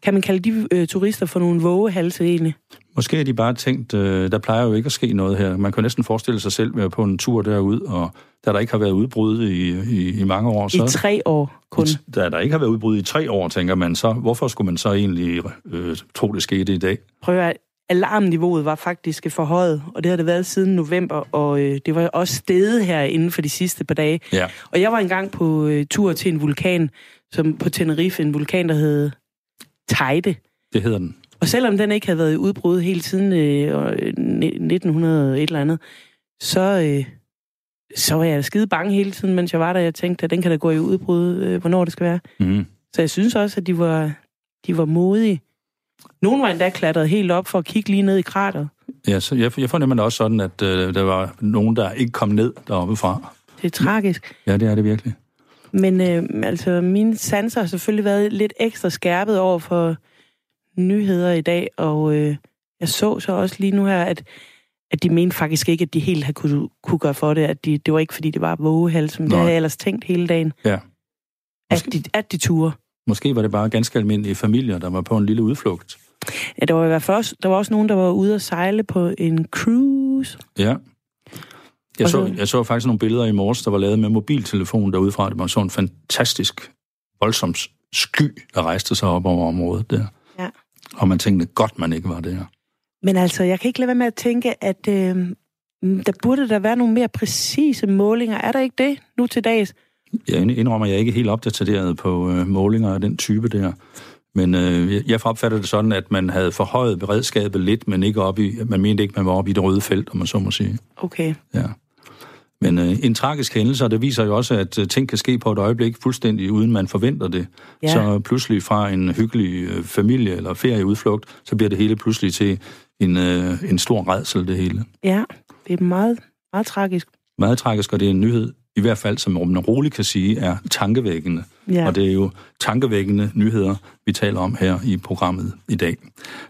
Kan man kalde de øh, turister for nogle vågehalse egentlig? Måske har de bare tænkt, øh, der plejer jo ikke at ske noget her. Man kan jo næsten forestille sig selv være på en tur derud, og da der ikke har været udbrud i, i, i mange år, I så... tre år kun. Da der ikke har været udbrud i tre år, tænker man så, hvorfor skulle man så egentlig øh, tro, det skete i dag? Prøv at alarmniveauet var faktisk forhøjet, og det har det været siden november, og øh, det var også steget her inden for de sidste par dage. Ja, Og jeg var engang på øh, tur til en vulkan, som på Tenerife, en vulkan, der hed Teide. det hedder den. Og selvom den ikke havde været i udbrud hele siden øh, og, øh, ni- 1900 et eller andet, så, øh, så var jeg skide bange hele tiden, mens jeg var der. Jeg tænkte, at den kan da gå i udbrud, øh, hvornår det skal være. Mm. Så jeg synes også, at de var, de var modige. Nogen var endda klatret helt op for at kigge lige ned i krateret. Ja, så jeg, jeg fornemmer det også sådan, at øh, der var nogen, der ikke kom ned deroppe fra. Det er tragisk. Ja, det er det virkelig. Men øh, altså, mine sanser har selvfølgelig været lidt ekstra skærpet over for nyheder i dag, og øh, jeg så så også lige nu her, at, at de mente faktisk ikke, at de helt havde kunne, kunne gøre for det, at de, det var ikke, fordi det var vågehals, som det Nej. havde jeg ellers tænkt hele dagen, Ja. at de, at de turde. Måske var det bare ganske almindelige familier, der var på en lille udflugt. Ja, der var i hvert fald også, der var også nogen, der var ude at sejle på en cruise. Ja. Jeg Og så, så- jeg så faktisk nogle billeder i morges, der var lavet med mobiltelefon derude fra. Det var sådan en fantastisk, voldsom sky, der rejste sig op over området der. Ja. Og man tænkte godt, man ikke var der. Men altså, jeg kan ikke lade være med at tænke, at øh, der burde der være nogle mere præcise målinger. Er der ikke det nu til dags? Jeg indrømmer, at jeg er ikke helt opdateret på øh, målinger af den type der. Men øh, jeg opfatter det sådan, at man havde forhøjet beredskabet lidt, men ikke op i, man mente ikke, man var oppe i det røde felt, om man så må sige. Okay. Ja. Men øh, en tragisk hændelse, og det viser jo også, at øh, ting kan ske på et øjeblik fuldstændig uden man forventer det. Ja. Ja. Så pludselig fra en hyggelig øh, familie- eller ferieudflugt, så bliver det hele pludselig til en, øh, en stor redsel, det hele. Ja, det er meget, meget tragisk. Meget tragisk, og det er en nyhed, i hvert fald som Ruben Rolig kan sige, er tankevækkende. Ja. Og det er jo tankevækkende nyheder, vi taler om her i programmet i dag.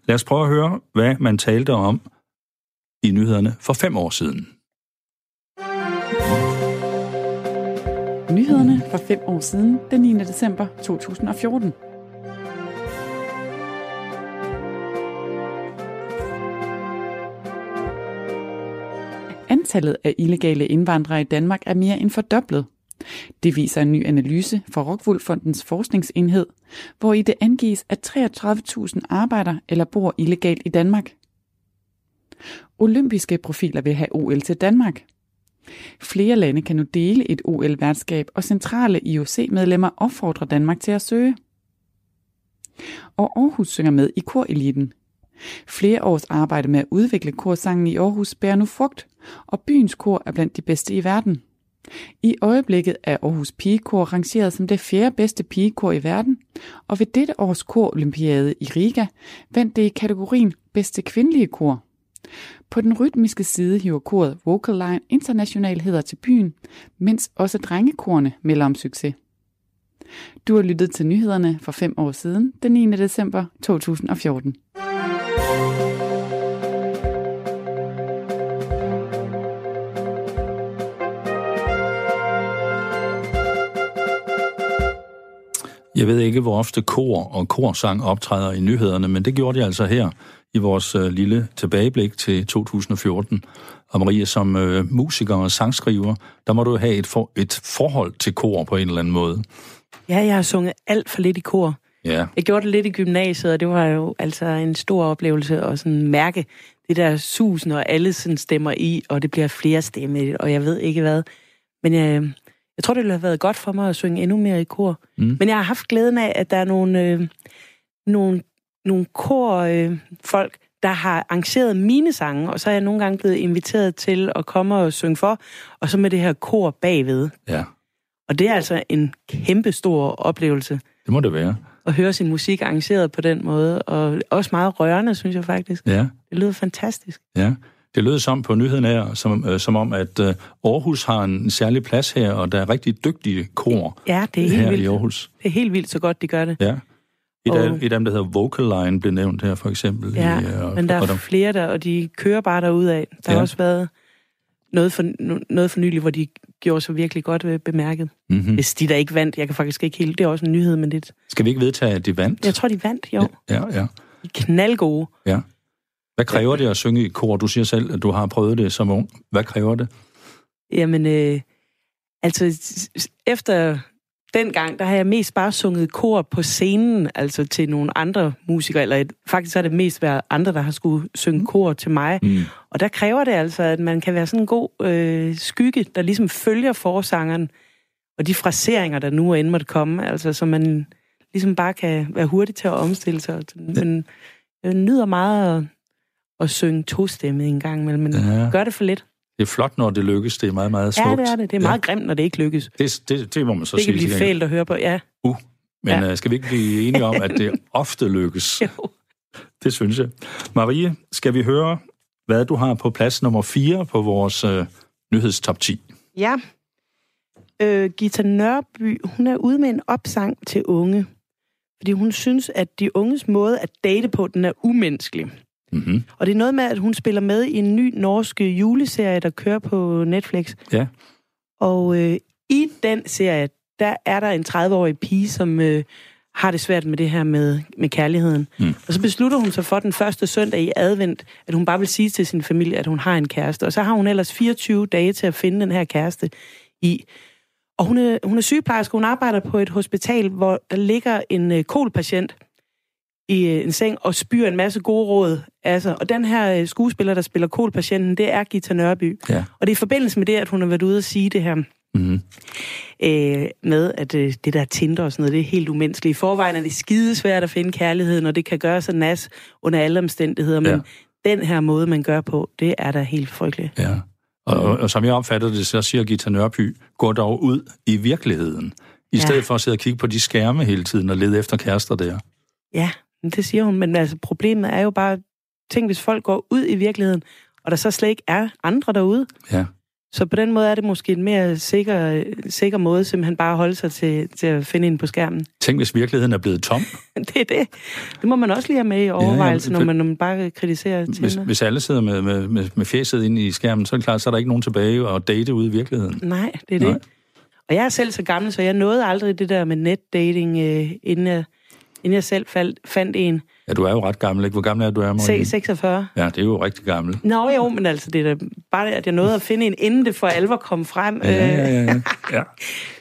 Lad os prøve at høre, hvad man talte om i nyhederne for fem år siden. Nyhederne for fem år siden, den 9. december 2014. Antallet af illegale indvandrere i Danmark er mere end fordoblet. Det viser en ny analyse fra Rockwoolfondens forskningsenhed, hvor i det angives, at 33.000 arbejder eller bor illegalt i Danmark. Olympiske profiler vil have OL til Danmark. Flere lande kan nu dele et OL-værtskab, og centrale IOC-medlemmer opfordrer Danmark til at søge. Og Aarhus synger med i koreliten. Flere års arbejde med at udvikle korsangen i Aarhus bærer nu frugt, og byens kor er blandt de bedste i verden. I øjeblikket er Aarhus Pigekor rangeret som det fjerde bedste pigekor i verden, og ved dette års korolympiade i Riga vandt det i kategorien bedste kvindelige kor. På den rytmiske side hiver koret Vocal Line International hedder til byen, mens også drengekorene melder om succes. Du har lyttet til nyhederne for fem år siden, den 9. december 2014. Jeg ved ikke, hvor ofte kor og korsang optræder i nyhederne, men det gjorde de altså her i vores øh, lille tilbageblik til 2014. Og Maria, som øh, musiker og sangskriver, der må du have et, for, et forhold til kor på en eller anden måde. Ja, jeg har sunget alt for lidt i kor. Ja, Jeg gjorde det lidt i gymnasiet, og det var jo altså en stor oplevelse at sådan mærke det der susen, og alle sådan stemmer i, og det bliver flere stemme, og jeg ved ikke hvad. Men jeg, jeg tror, det ville have været godt for mig at synge endnu mere i kor. Mm. Men jeg har haft glæden af, at der er nogle, øh, nogle, nogle korfolk, øh, folk, der har arrangeret mine sange, og så er jeg nogle gange blevet inviteret til at komme og synge for, og så med det her kor bagved. ja, Og det er altså en kæmpe stor oplevelse det må det være. at høre sin musik arrangeret på den måde, og også meget rørende, synes jeg faktisk. Ja, Det lyder fantastisk. ja. Det lød som på nyheden her, som, øh, som om, at øh, Aarhus har en særlig plads her, og der er rigtig dygtige kor Ja, det er helt her i vildt. Aarhus. Det er helt vildt, så godt de gør det. Ja. Et, af, Og- et af dem, der hedder Vocal Line, blev nævnt her for eksempel. Ja, i, øh, men der og er flere der, og de kører bare derudad. Der har Ja. også været noget for, no- noget for nylig, hvor de gjorde sig virkelig godt øh, bemærket. Mhm. Hvis de der ikke vandt, jeg kan faktisk ikke helt, det er også en nyhed, men det, Skal vi ikke vedtage, at de vandt? jeg tror, de vandt, jo. Ja, ja. De er knaldgode. Hvad kræver det at synge i kor? Du siger selv, at du har prøvet det som ung. Hvad kræver det? Jamen, øh, altså, s- s- efter den gang, der har jeg mest bare sunget kor på scenen, altså til nogle andre musikere, eller et, faktisk har det mest været andre, der har skulle synge kor til mig. Mm. Og der kræver det altså, at man kan være sådan en god øh, skygge, der ligesom følger forsangeren, og de fraseringer, der nu end måtte komme, altså så man ligesom bare kan være hurtig til at omstille sig. Men jeg nyder meget at, at synge tostemmet en gang imellem, men Ja. gør det for lidt. Det er flot, når det lykkes. Det er meget, meget smukt. Ja, det er det. Det er meget grimt, når det ikke lykkes. Ja. Det, det, det må man så det kan sige. blive til gengæld. fælt at høre på. Ja, Men Ja. øh, skal vi ikke blive enige om, at det [laughs] ofte lykkes? jo. Det synes jeg. Marie, skal vi høre, hvad du har på plads nummer 4 på vores øh, nyhedstop 10? Ja. Øh, Gita Nørby, hun er ude med en opsang til unge. Fordi hun synes, at de unges måde at date på, den er umenneskelig. Mm-hmm. Og det er noget med, at hun spiller med i en ny norsk juleserie, der kører på Netflix. Ja. Og øh, i den serie, der er der en 30-årig pige, som øh, har det svært med det her med, med kærligheden. Mm. Og så beslutter hun sig for den første søndag i advent, at hun bare vil sige til sin familie, at hun har en kæreste. Og så har hun ellers 24 dage til at finde den her kæreste i. Og hun er, hun er sygeplejerske, hun arbejder på et hospital, hvor der ligger en øh, kolpatient i øh, en seng og spyr en masse gode råd. Altså, og den her øh, skuespiller, der spiller kolpatienten, det er Gita Nørby. Ja. Og det er i forbindelse med det, at hun har været ude og sige det her. Mm-hmm. øh, med, at øh, det der Tinder og sådan noget, det er helt umenneskeligt. I forvejen er det skidesvært at finde kærligheden, og det kan gøre sig nas under alle omstændigheder, men ja. den her måde, man gør på, det er da helt frygteligt. Ja. Og, og, og som jeg opfatter det, så siger Gita Nørby, gå dog ud i virkeligheden, i ja. stedet for at sidde og kigge på de skærme hele tiden og lede efter kærester der. Ja, men det siger hun, men altså problemet er jo bare, tænk hvis folk går ud i virkeligheden, og der så slet ikke er andre derude. Ja. Så på den måde er det måske en mere sikker, sikker måde, simpelthen bare at holde sig til, til at finde ind på skærmen. Tænk, hvis virkeligheden er blevet tom. [laughs] det er det. Det må man også lige have med i overvejelsen, ja, ja, for... når, man, når man bare kritiserer hvis, Tinder. hvis alle sidder med, med, med, med fjeset inde i skærmen, så er det klart, så er der ikke nogen tilbage at date ude i virkeligheden. Nej, det er Nej. det. Og jeg er selv så gammel, så jeg nåede aldrig det der med netdating, øh, inden, jeg, inden jeg selv faldt, fandt en. Ja, du er jo ret gammel, ikke? Hvor gammel er du, er, Marie? C46. Ja, det er jo rigtig gammel. Nå jo, men altså, det er da bare, at jeg nåede at finde en, inden det for alvor kom frem. Øh, Ja, ja, ja. ja. ja.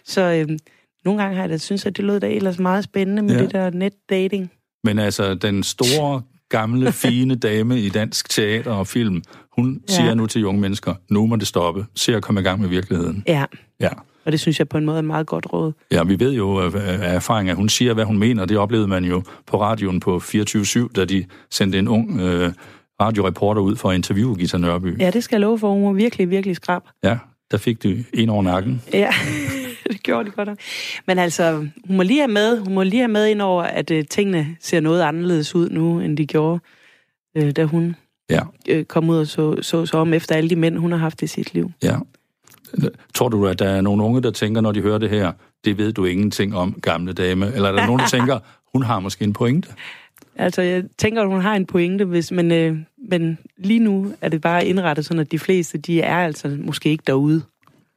så øhm, nogle gange har jeg da synes, at det lød da ellers meget spændende med ja. det der netdating. Men altså, den store, gamle, fine dame i dansk teater og film, hun ja. siger nu til unge mennesker, nu må det stoppe. Se at komme i gang med virkeligheden. Ja. Ja. Og det synes jeg på en måde er en meget godt råd. Ja, vi ved jo af erfaring, at hun siger, hvad hun mener. Det oplevede man jo på radioen på 24-7, da de sendte en ung øh, radioreporter ud for at interviewe Gita Nørby. Ja, det skal jeg love for. Hun var virkelig, virkelig skrab. Ja, der fik du en over nakken. Ja, [laughs] det gjorde det godt nok. Men altså, hun må lige have med, hun må lige have med ind over, at øh, tingene ser noget anderledes ud nu, end de gjorde, øh, da hun ja. øh, kom ud og så, så sig om efter alle de mænd, hun har haft i sit liv. Ja. Tror du, at der er nogle unge, der tænker, når de hører det her, det ved du ingenting om, gamle dame? Eller er der nogen, der tænker, hun har måske en pointe? Altså, jeg tænker, at hun har en pointe, hvis, men, øh, men lige nu er det bare indrettet sådan, at de fleste, de er altså måske ikke derude.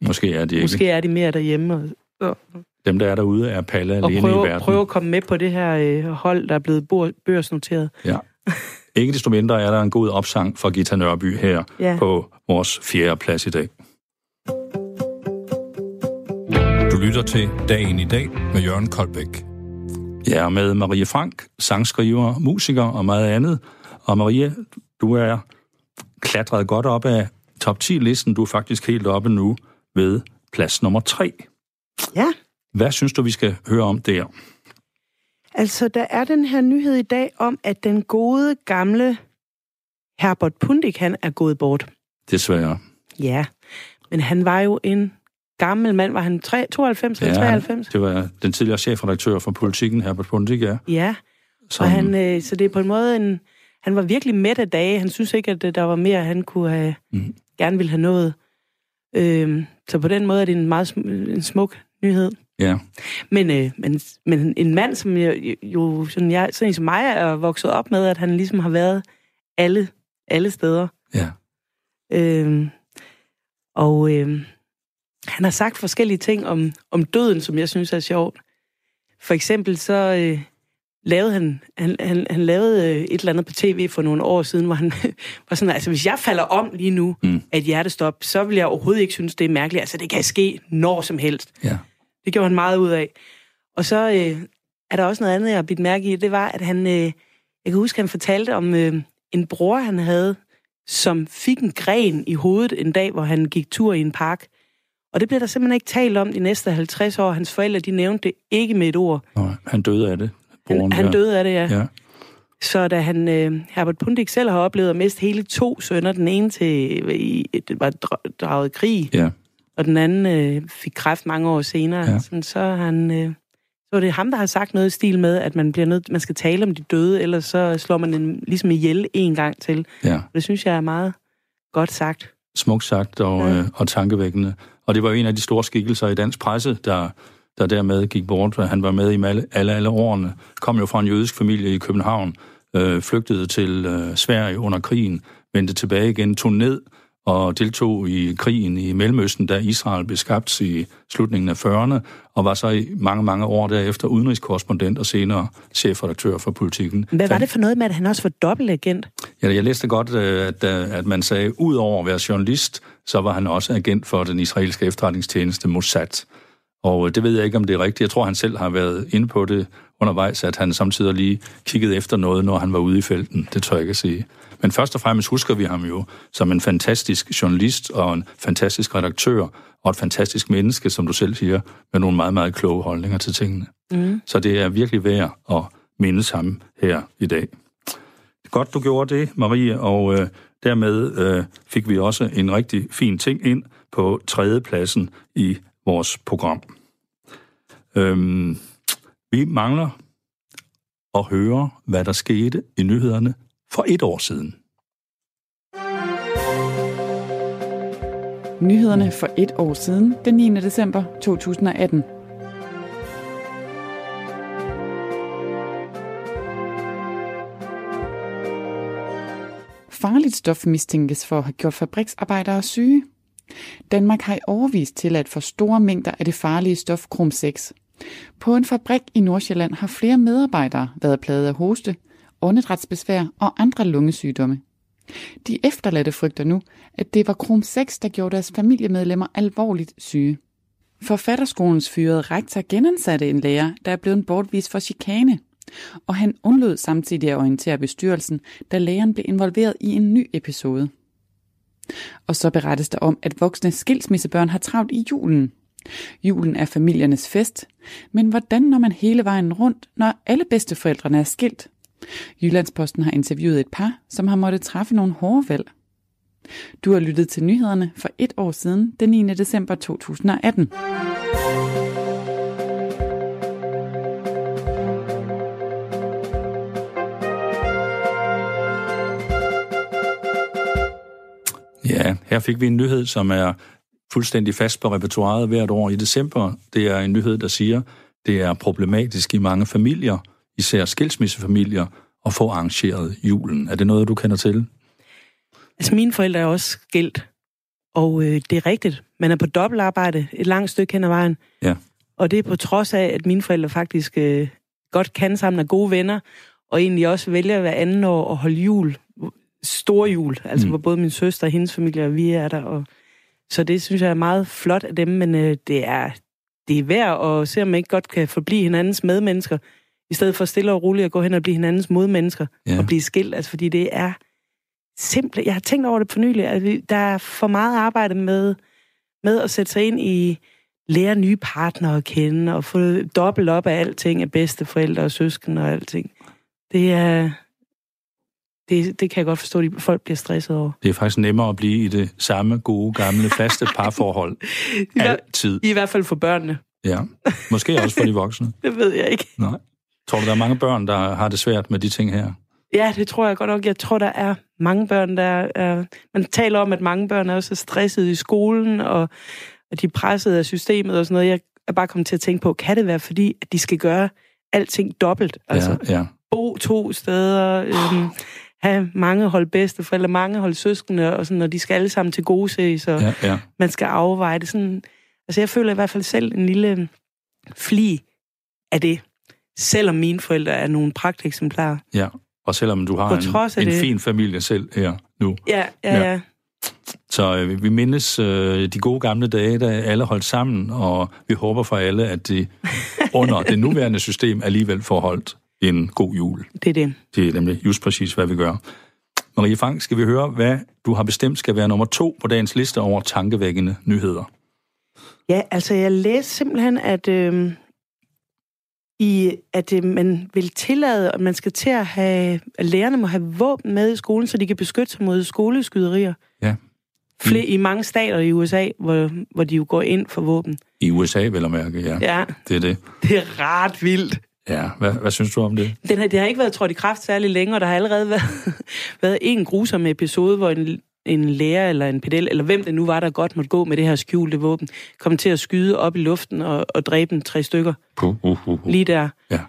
Måske er de ikke. Måske er de mere derhjemme. Og, og, Dem, der er derude, er palle alene og prøve, i verden. prøve at komme med på det her øh, hold, der er blevet børsnoteret. Ja. Ikke desto mindre er der en god opsang fra Gita Nørby her ja. på vores fjerde plads i dag. Du lytter til Dagen i dag med Jørgen Koldbæk. Ja, med Marie Frank, sangskriver, musiker og meget andet. Og Marie, du er klatret godt op af top 10-listen. Du er faktisk helt oppe nu ved plads nummer 3. Ja. Hvad synes du, vi skal høre om der? Altså, der er den her nyhed i dag om, at den gode gamle Herbert Pundik, han er gået bort. Desværre. Ja, men han var jo en gammel mand. Var han 92 eller ja, 93? det var den tidligere chefredaktør for Politiken, Herbert Pundik, ja. Ja, som... og han, øh, så det er på en måde en... Han var virkelig mæt af dage. Han synes ikke, at øh, der var mere, han kunne have, mm. gerne ville have nået. Øhm, så på den måde er det en meget sm- en smuk nyhed. Ja. Men, øh, men, men en mand, som jo, jo sådan, jeg, sådan som mig er vokset op med, at han ligesom har været alle, alle steder. Ja. Øhm, og øhm, han har sagt forskellige ting om, om døden, som jeg synes er sjovt. For eksempel så øh, lavede han, han, han, han lavede øh, et eller andet på tv for nogle år siden, hvor han [laughs] var sådan, altså hvis jeg falder om lige nu mm. af et hjertestop, så vil jeg overhovedet ikke synes, det er mærkeligt. Altså det kan ske når som helst. Ja. Det gjorde han meget ud af. Og så øh, er der også noget andet, jeg har bidt mærke i, det var, at han, øh, jeg kan huske, han fortalte om øh, en bror, han havde, som fik en gren i hovedet en dag, hvor han gik tur i en park. Og det bliver der simpelthen ikke talt om de næste 50 år. Hans forældre, de nævnte det ikke med et ord. Nej, han døde af det. Broren, han, han døde af det, ja. ja. Så da han, øh, Herbert Pundik selv har oplevet at miste hele to sønner, den ene til, i, det var draget i krig, ja. og den anden øh, fik kræft mange år senere, ja. sådan, så han... Øh, så er det ham, der har sagt noget i stil med, at man bliver nødt, man skal tale om de døde, ellers så slår man en, ligesom ihjel en gang til. Ja. Og det synes jeg er meget godt sagt. Smukt sagt og, ja. øh, og tankevækkende. Og det var jo en af de store skikkelser i dansk presse, der, der dermed gik bort. Han var med i alle, alle, alle årene. Kom jo fra en jødisk familie i København, øh, flygtede til øh, Sverige under krigen, vendte tilbage igen, tog ned og deltog i krigen i Mellemøsten, da Israel blev skabt i slutningen af 40'erne, og var så i mange, mange år derefter udenrigskorrespondent og senere chefredaktør for politikken. Hvad var det for noget med, at han også var dobbeltagent? Ja, jeg læste godt, øh, at, at man sagde, ud over at være journalist, så var han også agent for den israelske efterretningstjeneste Mossad. Og øh, det ved jeg ikke, om det er rigtigt. Jeg tror, han selv har været inde på det undervejs, at han samtidig lige kiggede efter noget, når han var ude i felten. Det tør jeg ikke at sige. Men først og fremmest husker vi ham jo som en fantastisk journalist og en fantastisk redaktør og et fantastisk menneske, som du selv siger, med nogle meget, meget kloge holdninger til tingene. Mm. Så det er virkelig værd at mindes ham her i dag. Godt, du gjorde det, Marie, og øh, dermed øh, fik vi også en rigtig fin ting ind på tredjepladsen i vores program. Øhm, vi mangler at høre, hvad der skete i nyhederne for et år siden. Nyhederne for et år siden, den 9. december 2018. Farligt stof mistænkes for at have gjort fabriksarbejdere syge. Danmark har i overvis tilladt for store mængder af det farlige stof krom 6. På en fabrik i Nordsjælland har flere medarbejdere været plaget af hoste, åndedrætsbesvær og andre lungesygdomme. De efterladte frygter nu, at det var krom 6, der gjorde deres familiemedlemmer alvorligt syge. Forfatterskolens fyrede rektor genansatte en lærer, der er blevet bortvist for chikane. Og han undlod samtidig at orientere bestyrelsen, da læreren blev involveret i en ny episode. Og så berettes der om, at voksne skilsmissebørn har travlt i julen. Julen er familiernes fest, men hvordan når man hele vejen rundt, når alle bedsteforældrene er skilt? Jyllandsposten har interviewet et par, som har måttet træffe nogle hårde valg. Du har lyttet til nyhederne for et år siden, den 9. december 2018. Ja, her fik vi en nyhed, som er fuldstændig fast på repertoireet hvert år i december. Det er en nyhed, der siger, det er problematisk i mange familier, især skilsmissefamilier, at få arrangeret julen. Er det noget, du kender til? Altså, mine forældre er også skilt. Og øh, det er rigtigt. Man er på dobbeltarbejde et langt stykke hen ad vejen. Ja. Og det er på trods af, at mine forældre faktisk øh, godt kan sammen er gode venner, og egentlig også vælger hver anden år at holde jul. Store jul. Altså, mm. hvor både min søster og hendes familie og vi er der. Og... Så det synes jeg er meget flot af dem, men øh, det, er, det er værd at se, om man ikke godt kan forblive hinandens medmennesker, i stedet for stille og roligt at gå hen og blive hinandens modmennesker Ja. og blive skilt. Altså, fordi det er simpelt. Jeg har tænkt over det for nylig. At vi, der er for meget arbejde med, med at sætte sig ind i lære nye partnere at kende og få dobbelt op af alting af bedste forældre og søskende og alting. Det er... Det, det kan jeg godt forstå, at de- folk bliver stresset over. Det er faktisk nemmere at blive i det samme gode, gamle, [laughs] faste parforhold. Altid. I hvert fald for børnene. Ja. Måske også for de voksne. Det ved jeg ikke. Nej. Tror du, der er mange børn, der har det svært med de ting her? Ja, det tror jeg godt nok. Jeg tror, der er mange børn, der er... Man taler om, at mange børn er også stressede i skolen, og at de er presset af systemet og sådan noget. Jeg er bare kommet til at tænke på, kan det være fordi, at de skal gøre alting dobbelt? Altså Ja, ja. bo to steder, øhm, have mange hold bedsteforældre, mange hold søskende, og sådan, og de skal alle sammen til gode ses, og ja. ja, ja. man skal afveje det. Sådan, altså jeg føler i hvert fald selv en lille fli af det, selvom mine forældre er nogle pragteksemplarer. ja. Og selvom du har På trods af en, en det. fin familie selv her nu. Ja, ja, Ja. ja. Så øh, vi mindes øh, de gode gamle dage, da alle holdt sammen, og vi håber for alle, at de under det nuværende system alligevel får holdt en god jul. Det er det. Det er nemlig just præcis, hvad vi gør. Marie Frank, skal vi høre, hvad du har bestemt skal være nummer to på dagens liste over tankevækkende nyheder? Ja, altså jeg læste simpelthen, at, øh, i, at øh, man vil tillade, at man skal til at have, at lærerne må have våben med i skolen, så de kan beskytte sig mod skoleskyderier. Ja. Fle, I mange stater i USA, hvor, hvor de jo går ind for våben. I USA, vel at mærke, ja. Ja, Det er det. det er ret vildt. Ja, hvad, hvad synes du om det? Den her, det har ikke været trådt i kraft særlig længe, og der har allerede været, [laughs] været en grusom episode, hvor en, en lærer eller en pedel, eller hvem det nu var, der godt måtte gå med det her skjulte våben, kom til at skyde op i luften og, og dræbe en tre stykker. Puh, uh, uh, uh. lige der. Ja.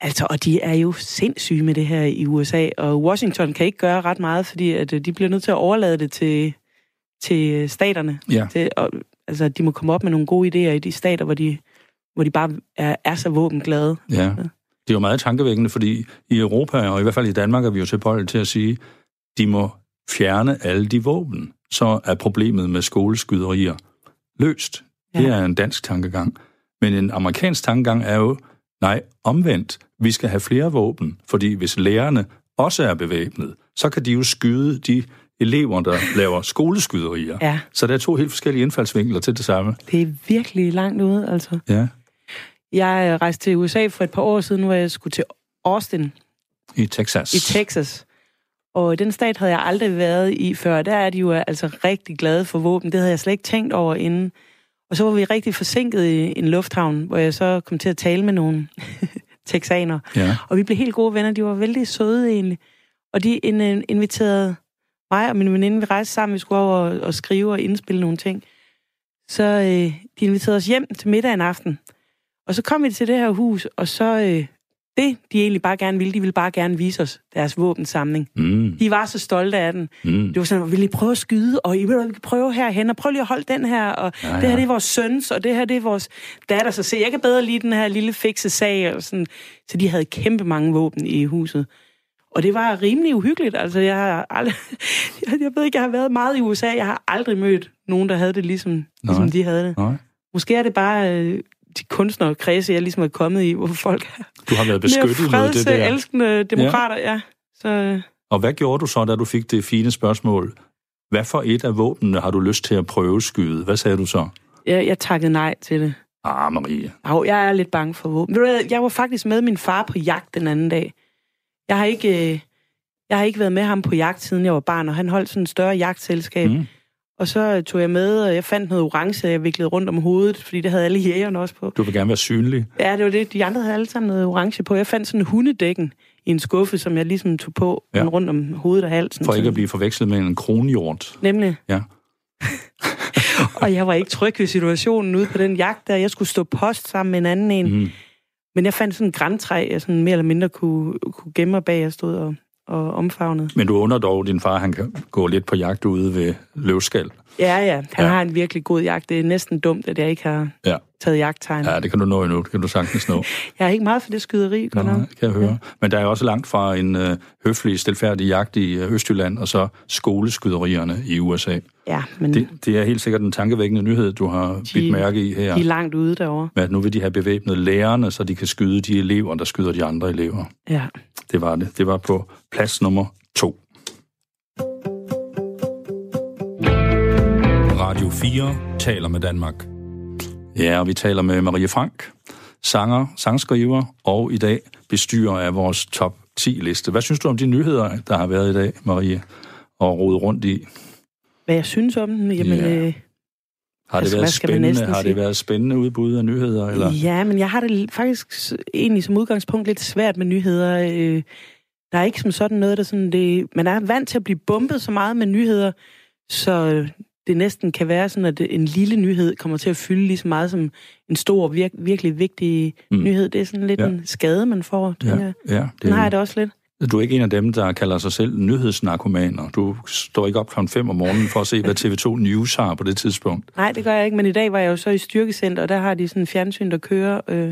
Altså, og de er jo sindssyge med det her i USA, og Washington kan ikke gøre ret meget, fordi at øh, de bliver nødt til at overlade det til, til øh, staterne. Ja. Til, og, altså, de må komme op med nogle gode idéer i de stater, hvor de, hvor de bare er, er så våbenglade. Ja. Det er jo meget tankevækkende, fordi i Europa, og i hvert fald i Danmark, er vi jo tilbøjelige til at sige, de må fjerne alle de våben. Så er problemet med skoleskyderier løst. Ja. Det Ja. er en dansk tankegang. Men en amerikansk tankegang er jo, nej, omvendt, vi skal have flere våben, fordi hvis lærerne også er bevæbnet, så kan de jo skyde de elever, der [laughs] laver skoleskyderier. Ja. Så der er to helt forskellige indfaldsvinkler til det samme. Det er virkelig langt ude, altså. Ja, Jeg øh, rejste til USA for et par år siden, hvor jeg skulle til Austin i Texas. i Texas. Og den stat havde jeg aldrig været i før. Der er de jo altså rigtig glade for våben. Det havde jeg slet ikke tænkt over inden. Og så var vi rigtig forsinket i en lufthavn, hvor jeg så kom til at tale med nogle [laughs] texaner. Ja. Og vi blev helt gode venner. De var vældig søde egentlig. Og de in- in- inviterede mig og min veninde, vi rejste sammen, vi skulle over og, og skrive og indspille nogle ting. Så øh, de inviterede os hjem til middag en aften. Og så kom vi til det her hus, og så øh, det, de egentlig bare gerne ville, de ville bare gerne vise os deres våbensamling. Mm, De var så stolte af den. mm. Det var sådan, vi lige prøve at skyde, og I ved, hvad, vi kan prøve herhen, og prøv lige at holde den her, og ja, ja. det her det er vores søns, og det her det er vores datter, så se, jeg kan bedre lide den her lille fikse sag, og sådan. Så de havde kæmpe mange våben i huset. Og det var rimelig uhyggeligt, altså jeg har aldrig, [laughs] jeg, jeg ved ikke, jeg har været meget i USA, jeg har aldrig mødt nogen, der havde det ligesom, ligesom de havde det. Nej. Måske er det bare øh, de kunstnerkredse, jeg ligesom er kommet i, hvor folk er Du har været beskyttet mere mod det freds- der. elskende demokrater, ja. ja. Så øh, Og hvad gjorde du så, da du fik det fine spørgsmål? Hvad for et af våbnene har du lyst til at prøveskyde? Hvad sagde du så? jeg, jeg takkede nej til det. Ah, Marie. Jo, jeg er lidt bange for våben. Ved du hvad, Jeg var faktisk med min far på jagt den anden dag. Jeg har ikke, øh, jeg har ikke været med ham på jagt, siden jeg var barn, og han holdt sådan en større jagtselskab. Mm. Mm. Og så øh, tog jeg med, og jeg fandt noget orange, jeg viklede rundt om hovedet, fordi det havde alle jægerne også på. Du vil gerne være synlig. Ja, det var det. De andre havde alle sammen noget orange på. Jeg fandt sådan en hundedækken i en skuffe, som jeg ligesom tog på Ja. ja. rundt om hovedet og halsen. For ikke Sådan. at blive forvekslet med en kronhjort. Nemlig. Ja. og jeg var ikke tryg ved situationen ude på den jagt der. Jeg skulle stå post sammen med en anden en. Mm. Men jeg fandt sådan en græntræ, jeg sådan mere eller mindre kunne, kunne gemme mig bag, jeg stod og, og omfavnede. Men du under dog, din far han kan gå lidt på jagt ude ved løvskal. Ja, ja. Han Ja. ja. har en virkelig god jagt. Det er næsten dumt, at jeg ikke har Ja. taget jagttegn. Ja. ja, det kan du nå endnu. Det kan du sagtens [laughs] nå. Jeg er ikke meget for det skyderi, godt Nå, nok. det kan jeg høre. Men der er jo også langt fra en øh, høflig, stilfærdig jagt i øh, Østjylland, og så skoleskyderierne i USA. Ja, men det, Det, det er helt sikkert en tankevækkende nyhed, du har bidt mærke i her. de er langt ude derovre. Men at nu vil de have bevæbnet lærerne, så de kan skyde de elever, der skyder de andre elever. Ja. Det var det. Det var på plads nummer to. Radio 4 taler med Danmark. Ja, og vi taler med Marie Frank, sanger, sangskriver og i dag bestyrer af vores top 10-liste. Hvad synes du om de nyheder, der har været i dag, Marie, og rode rundt i? Hvad jeg synes om den? Jamen, Ja. Har øh, det Altså, været hvad skal man spændende? næsten Har det sige? været spændende udbud af nyheder? Eller? Ja, men jeg har det l- faktisk s- egentlig som udgangspunkt lidt svært med nyheder. Øh, Der er ikke som sådan noget, der sådan... Det, man er vant til at blive bumpet så meget med nyheder, så øh, det næsten kan være sådan, at en lille nyhed kommer til at fylde lige så meget som en stor, vir- virkelig vigtig Mm. mm. nyhed. Det er sådan lidt Ja. ja. en skade, man får. Ja. ja, Jeg. ja Den har jeg det også lidt. Du er ikke en af dem, der kalder sig selv nyhedsnarkomaner. Du står ikke op kl. 5 om morgenen for at se, [laughs] hvad TV2 News har på det tidspunkt. Nej, det gør jeg ikke, men i dag var jeg jo så i styrkecenter, og der har de sådan en fjernsyn, der kører... Øh,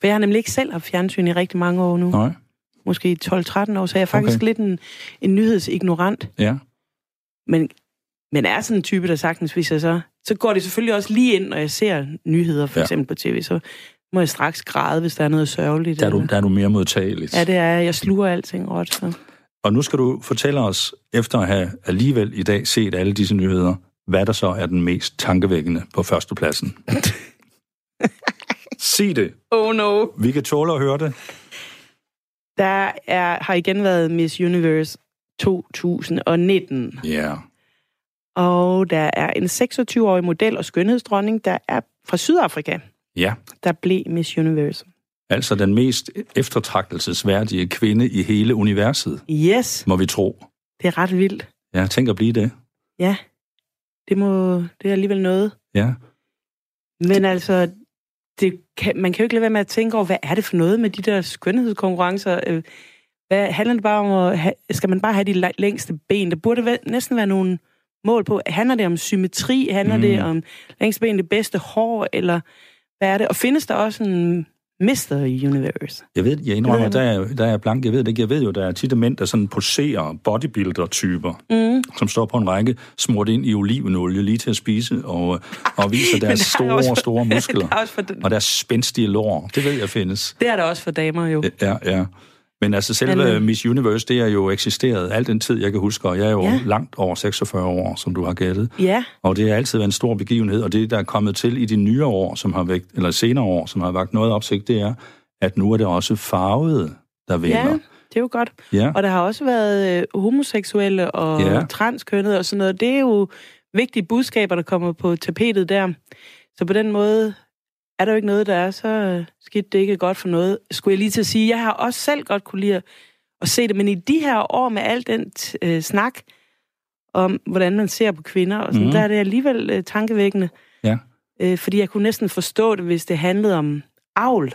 for jeg har nemlig ikke selv haft fjernsyn i rigtig mange år nu. Nej? Måske 12-13 år, så jeg er faktisk Okay. okay. lidt en, en nyhedsignorant. Ja. Men, men er sådan en type, der sagtens, hvis jeg så... Så går det selvfølgelig også lige ind, når jeg ser nyheder, for Ja. ja. eksempel på tv, så må jeg straks græde, hvis der er noget sørgeligt. Der er du, eller- der er du mere modtageligt. Ja, det er jeg. Jeg sluger alting råt, så... Og nu skal du fortælle os, efter at have alligevel i dag set alle disse nyheder, hvad der så er den mest tankevækkende på [laughs] førstepladsen. Sig det. Oh no! Vi kan tåle at høre det. Der er, har igen været Miss Universe 2019. Ja. Og der er en 26-årig model og skønhedsdronning, der er fra Sydafrika, Ja. der blev Miss Universe. Altså den mest eftertragtelsesværdige kvinde i hele universet, Yes, må vi tro. det er ret vildt. Ja, tænk at blive det. Ja, det, må, det er alligevel noget. Ja. Men altså, det kan, man kan jo ikke lade være med at tænke over, hvad er det for noget med de der skønhedskonkurrencer? Øh, Hvad handler det bare om, at ha, skal man bare have de la- længste ben? Der burde være, næsten være nogle mål på, handler det om symmetri? Handler Mm. mm. det om længste ben, det bedste hår? Eller hvad er det? Og findes der også en Mr. Universe. Jeg ved, jeg indrømmer, der er, der er jeg blank. Jeg ved det ikke. Jeg ved jo, der er tit mænd, der sådan poserer bodybuilder-typer, mm. som står på en række, smurt ind i olivenolie lige til at spise, og, og viser [laughs] der er deres store, også- også, [laughs] store muskler. der er også for den- Og deres spændstige lår. Det ved jeg findes. Det er der også for damer jo. Ja, ja. Men altså selve Men, øh, Miss Universe, det er jo eksisteret al den tid, jeg kan huske, og jeg er jo Ja. ja. langt over 46 år, som du har gættet. Ja. Og det har altid været en stor begivenhed, og det, der er kommet til i de nyere år, som har vægt, eller senere år, som har vagt noget opsigt, det er, at nu er det også farvede, der Ja, vinder. det er jo godt. Ja. Og der har også været øh, homoseksuelle og ja. Ja. transkønnede og sådan noget. Det er jo vigtige budskaber, der kommer på tapetet der. Så på den måde er der jo ikke noget, der er så øh, skidt, det ikke er godt for noget. Skulle jeg lige til at sige, jeg har også selv godt kunne lide at- at se det, men i de her år med al den t- øh, snak om, hvordan man ser på kvinder, og sådan, mm. Mhm. der er det alligevel øh, tankevækkende. Ja. Øh, fordi jeg kunne næsten forstå det, hvis det handlede om avl.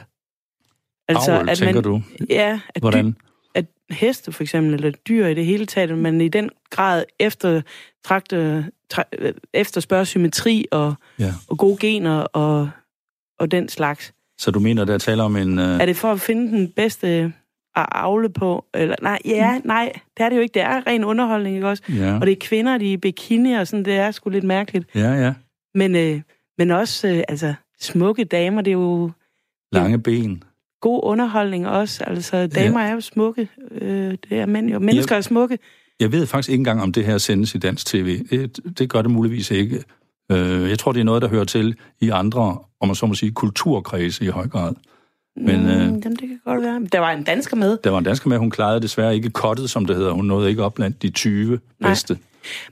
Altså, Avl, tænker du? Ja, at Hvordan? at heste for eksempel, eller dyr i det hele taget, man i den grad efter, trakte, tra, øh, efterspørger symmetri og, Ja. og gode gener og, og den slags. Så du mener, der taler om en... Øh, Er det for at finde den bedste at avle på? Eller, nej, ja, nej, det er det jo ikke. Det er ren underholdning, ikke også? ja. Og det er kvinder, de er i bikini og sådan, det er sgu lidt mærkeligt. ja, ja. Men, øh, men også, øh, altså, smukke damer, det er jo Lange ben. god underholdning også. Altså, damer ja. er jo smukke. Øh, det er mænd jo. Mennesker er smukke. Jeg ved faktisk ikke engang, om det her sendes i dansk tv. Det, det gør det muligvis ikke. Øh, jeg tror, det er noget, der hører til i andre, om man så må sige, kulturkredse i høj grad. Men Mm, øh, jamen, det kan godt være. Der var en dansker med, der var en dansker med, hun klarede desværre ikke kottet, som det hedder. Hun nåede ikke op blandt de 20 Nej. bedste.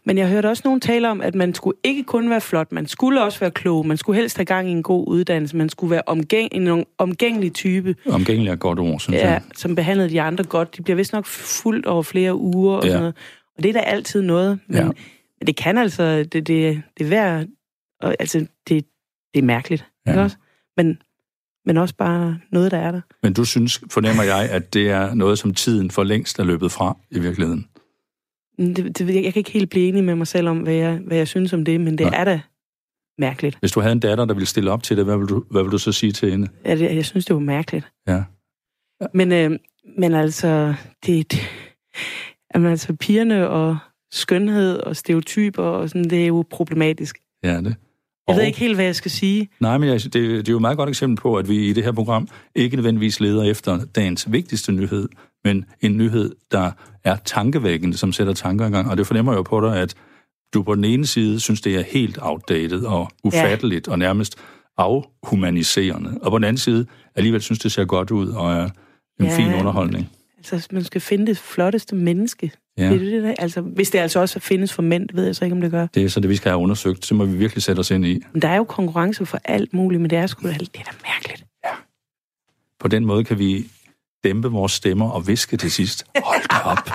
men jeg hørte også nogen tale om, at man skulle ikke kun være flot, man skulle også være klog, man skulle helst have gang i en god uddannelse, man skulle være omgæng, en omgængelig type, Omgængelig er et godt ord, synes ja, jeg. som behandlede de andre godt. De bliver vist nok fuldt over flere uger og ja. Ja. sådan noget. Og det er da altid noget, men, ja. Ja. men det kan altså, det, det, det er værd, og, altså, det, det er mærkeligt, ja. Ja. ikke også? Men, men også bare noget, der er der. Men du synes, fornemmer jeg, at det er noget, som tiden for længst er løbet fra i virkeligheden. Men Det, det, ved jeg jeg kan ikke helt blive enig med mig selv om, hvad jeg, hvad jeg synes om det, men det Nej. er da mærkeligt. Hvis du havde en datter, der ville stille op til det, hvad ville du, hvad ville du så sige til hende? Ja, det, jeg synes, det var mærkeligt. Ja. Men, øh, men altså, det, det jamen, altså, pigerne og skønhed og stereotyper og sådan, det er jo problematisk. Ja, det. Jeg Og- ved ikke helt, hvad jeg skal sige. Nej, men jeg, det, det er jo et meget godt eksempel på, at vi i det her program ikke nødvendigvis leder efter dagens vigtigste nyhed, men en nyhed, der er tankevækkende, som sætter tanker i gang. Og det fornemmer jeg jo på dig, at du på den ene side synes, det er helt outdated og ufatteligt og nærmest afhumaniserende, og på den anden side alligevel synes, det ser godt ud og er en Ja. ja. fin underholdning. Altså, man skal finde det flotteste menneske. Ja. Ja. Det, er det, der, altså, hvis det altså også findes for mænd, ved jeg så ikke, om det gør. Det er så det, vi skal have undersøgt. Så må vi virkelig sætte os ind i. Men der er jo konkurrence for alt muligt, men det er sgu da, det er da mærkeligt. På den måde kan vi dæmpe vores stemmer og viske til sidst. Hold da op.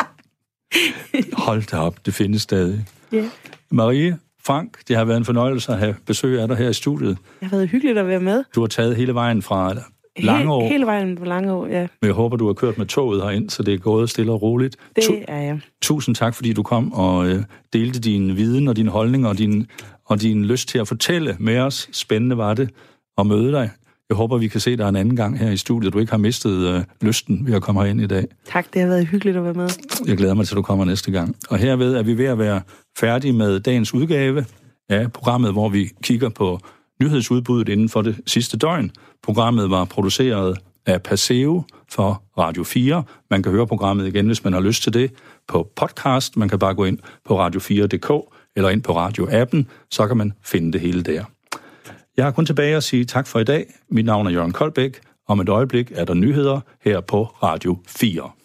Hold da op, det findes stadig. Ja. Marie, Frank, det har været en fornøjelse at have besøg af dig her i studiet. Det har været hyggeligt at være med. Du har taget hele vejen fra Langeår, Hele, hele vejen på Langeå, ja. men jeg håber, du har kørt med toget herind, så det er gået stille og roligt. Det Tu- er jeg. tusind tak, fordi du kom og øh, delte din viden og din holdning og din, og din lyst til at fortælle med os. Spændende var det at møde dig. Jeg håber, vi kan se dig en anden gang her i studiet. Du ikke har mistet øh, lysten ved at komme herind i dag. Tak, det har været hyggeligt at være med. Jeg glæder mig til, at du kommer næste gang. Og herved er vi ved at være færdige med dagens udgave af programmet, hvor vi kigger på nyhedsudbuddet inden for det sidste døgn. Programmet var produceret af Paseo for Radio 4. Man kan høre programmet igen, hvis man har lyst til det, på podcast. Man kan bare gå ind på radio4.dk eller ind på radioappen, så kan man finde det hele der. Jeg har kun tilbage at sige tak for i dag. Mit navn er Jørgen Koldbæk. Om et øjeblik er der nyheder her på Radio 4.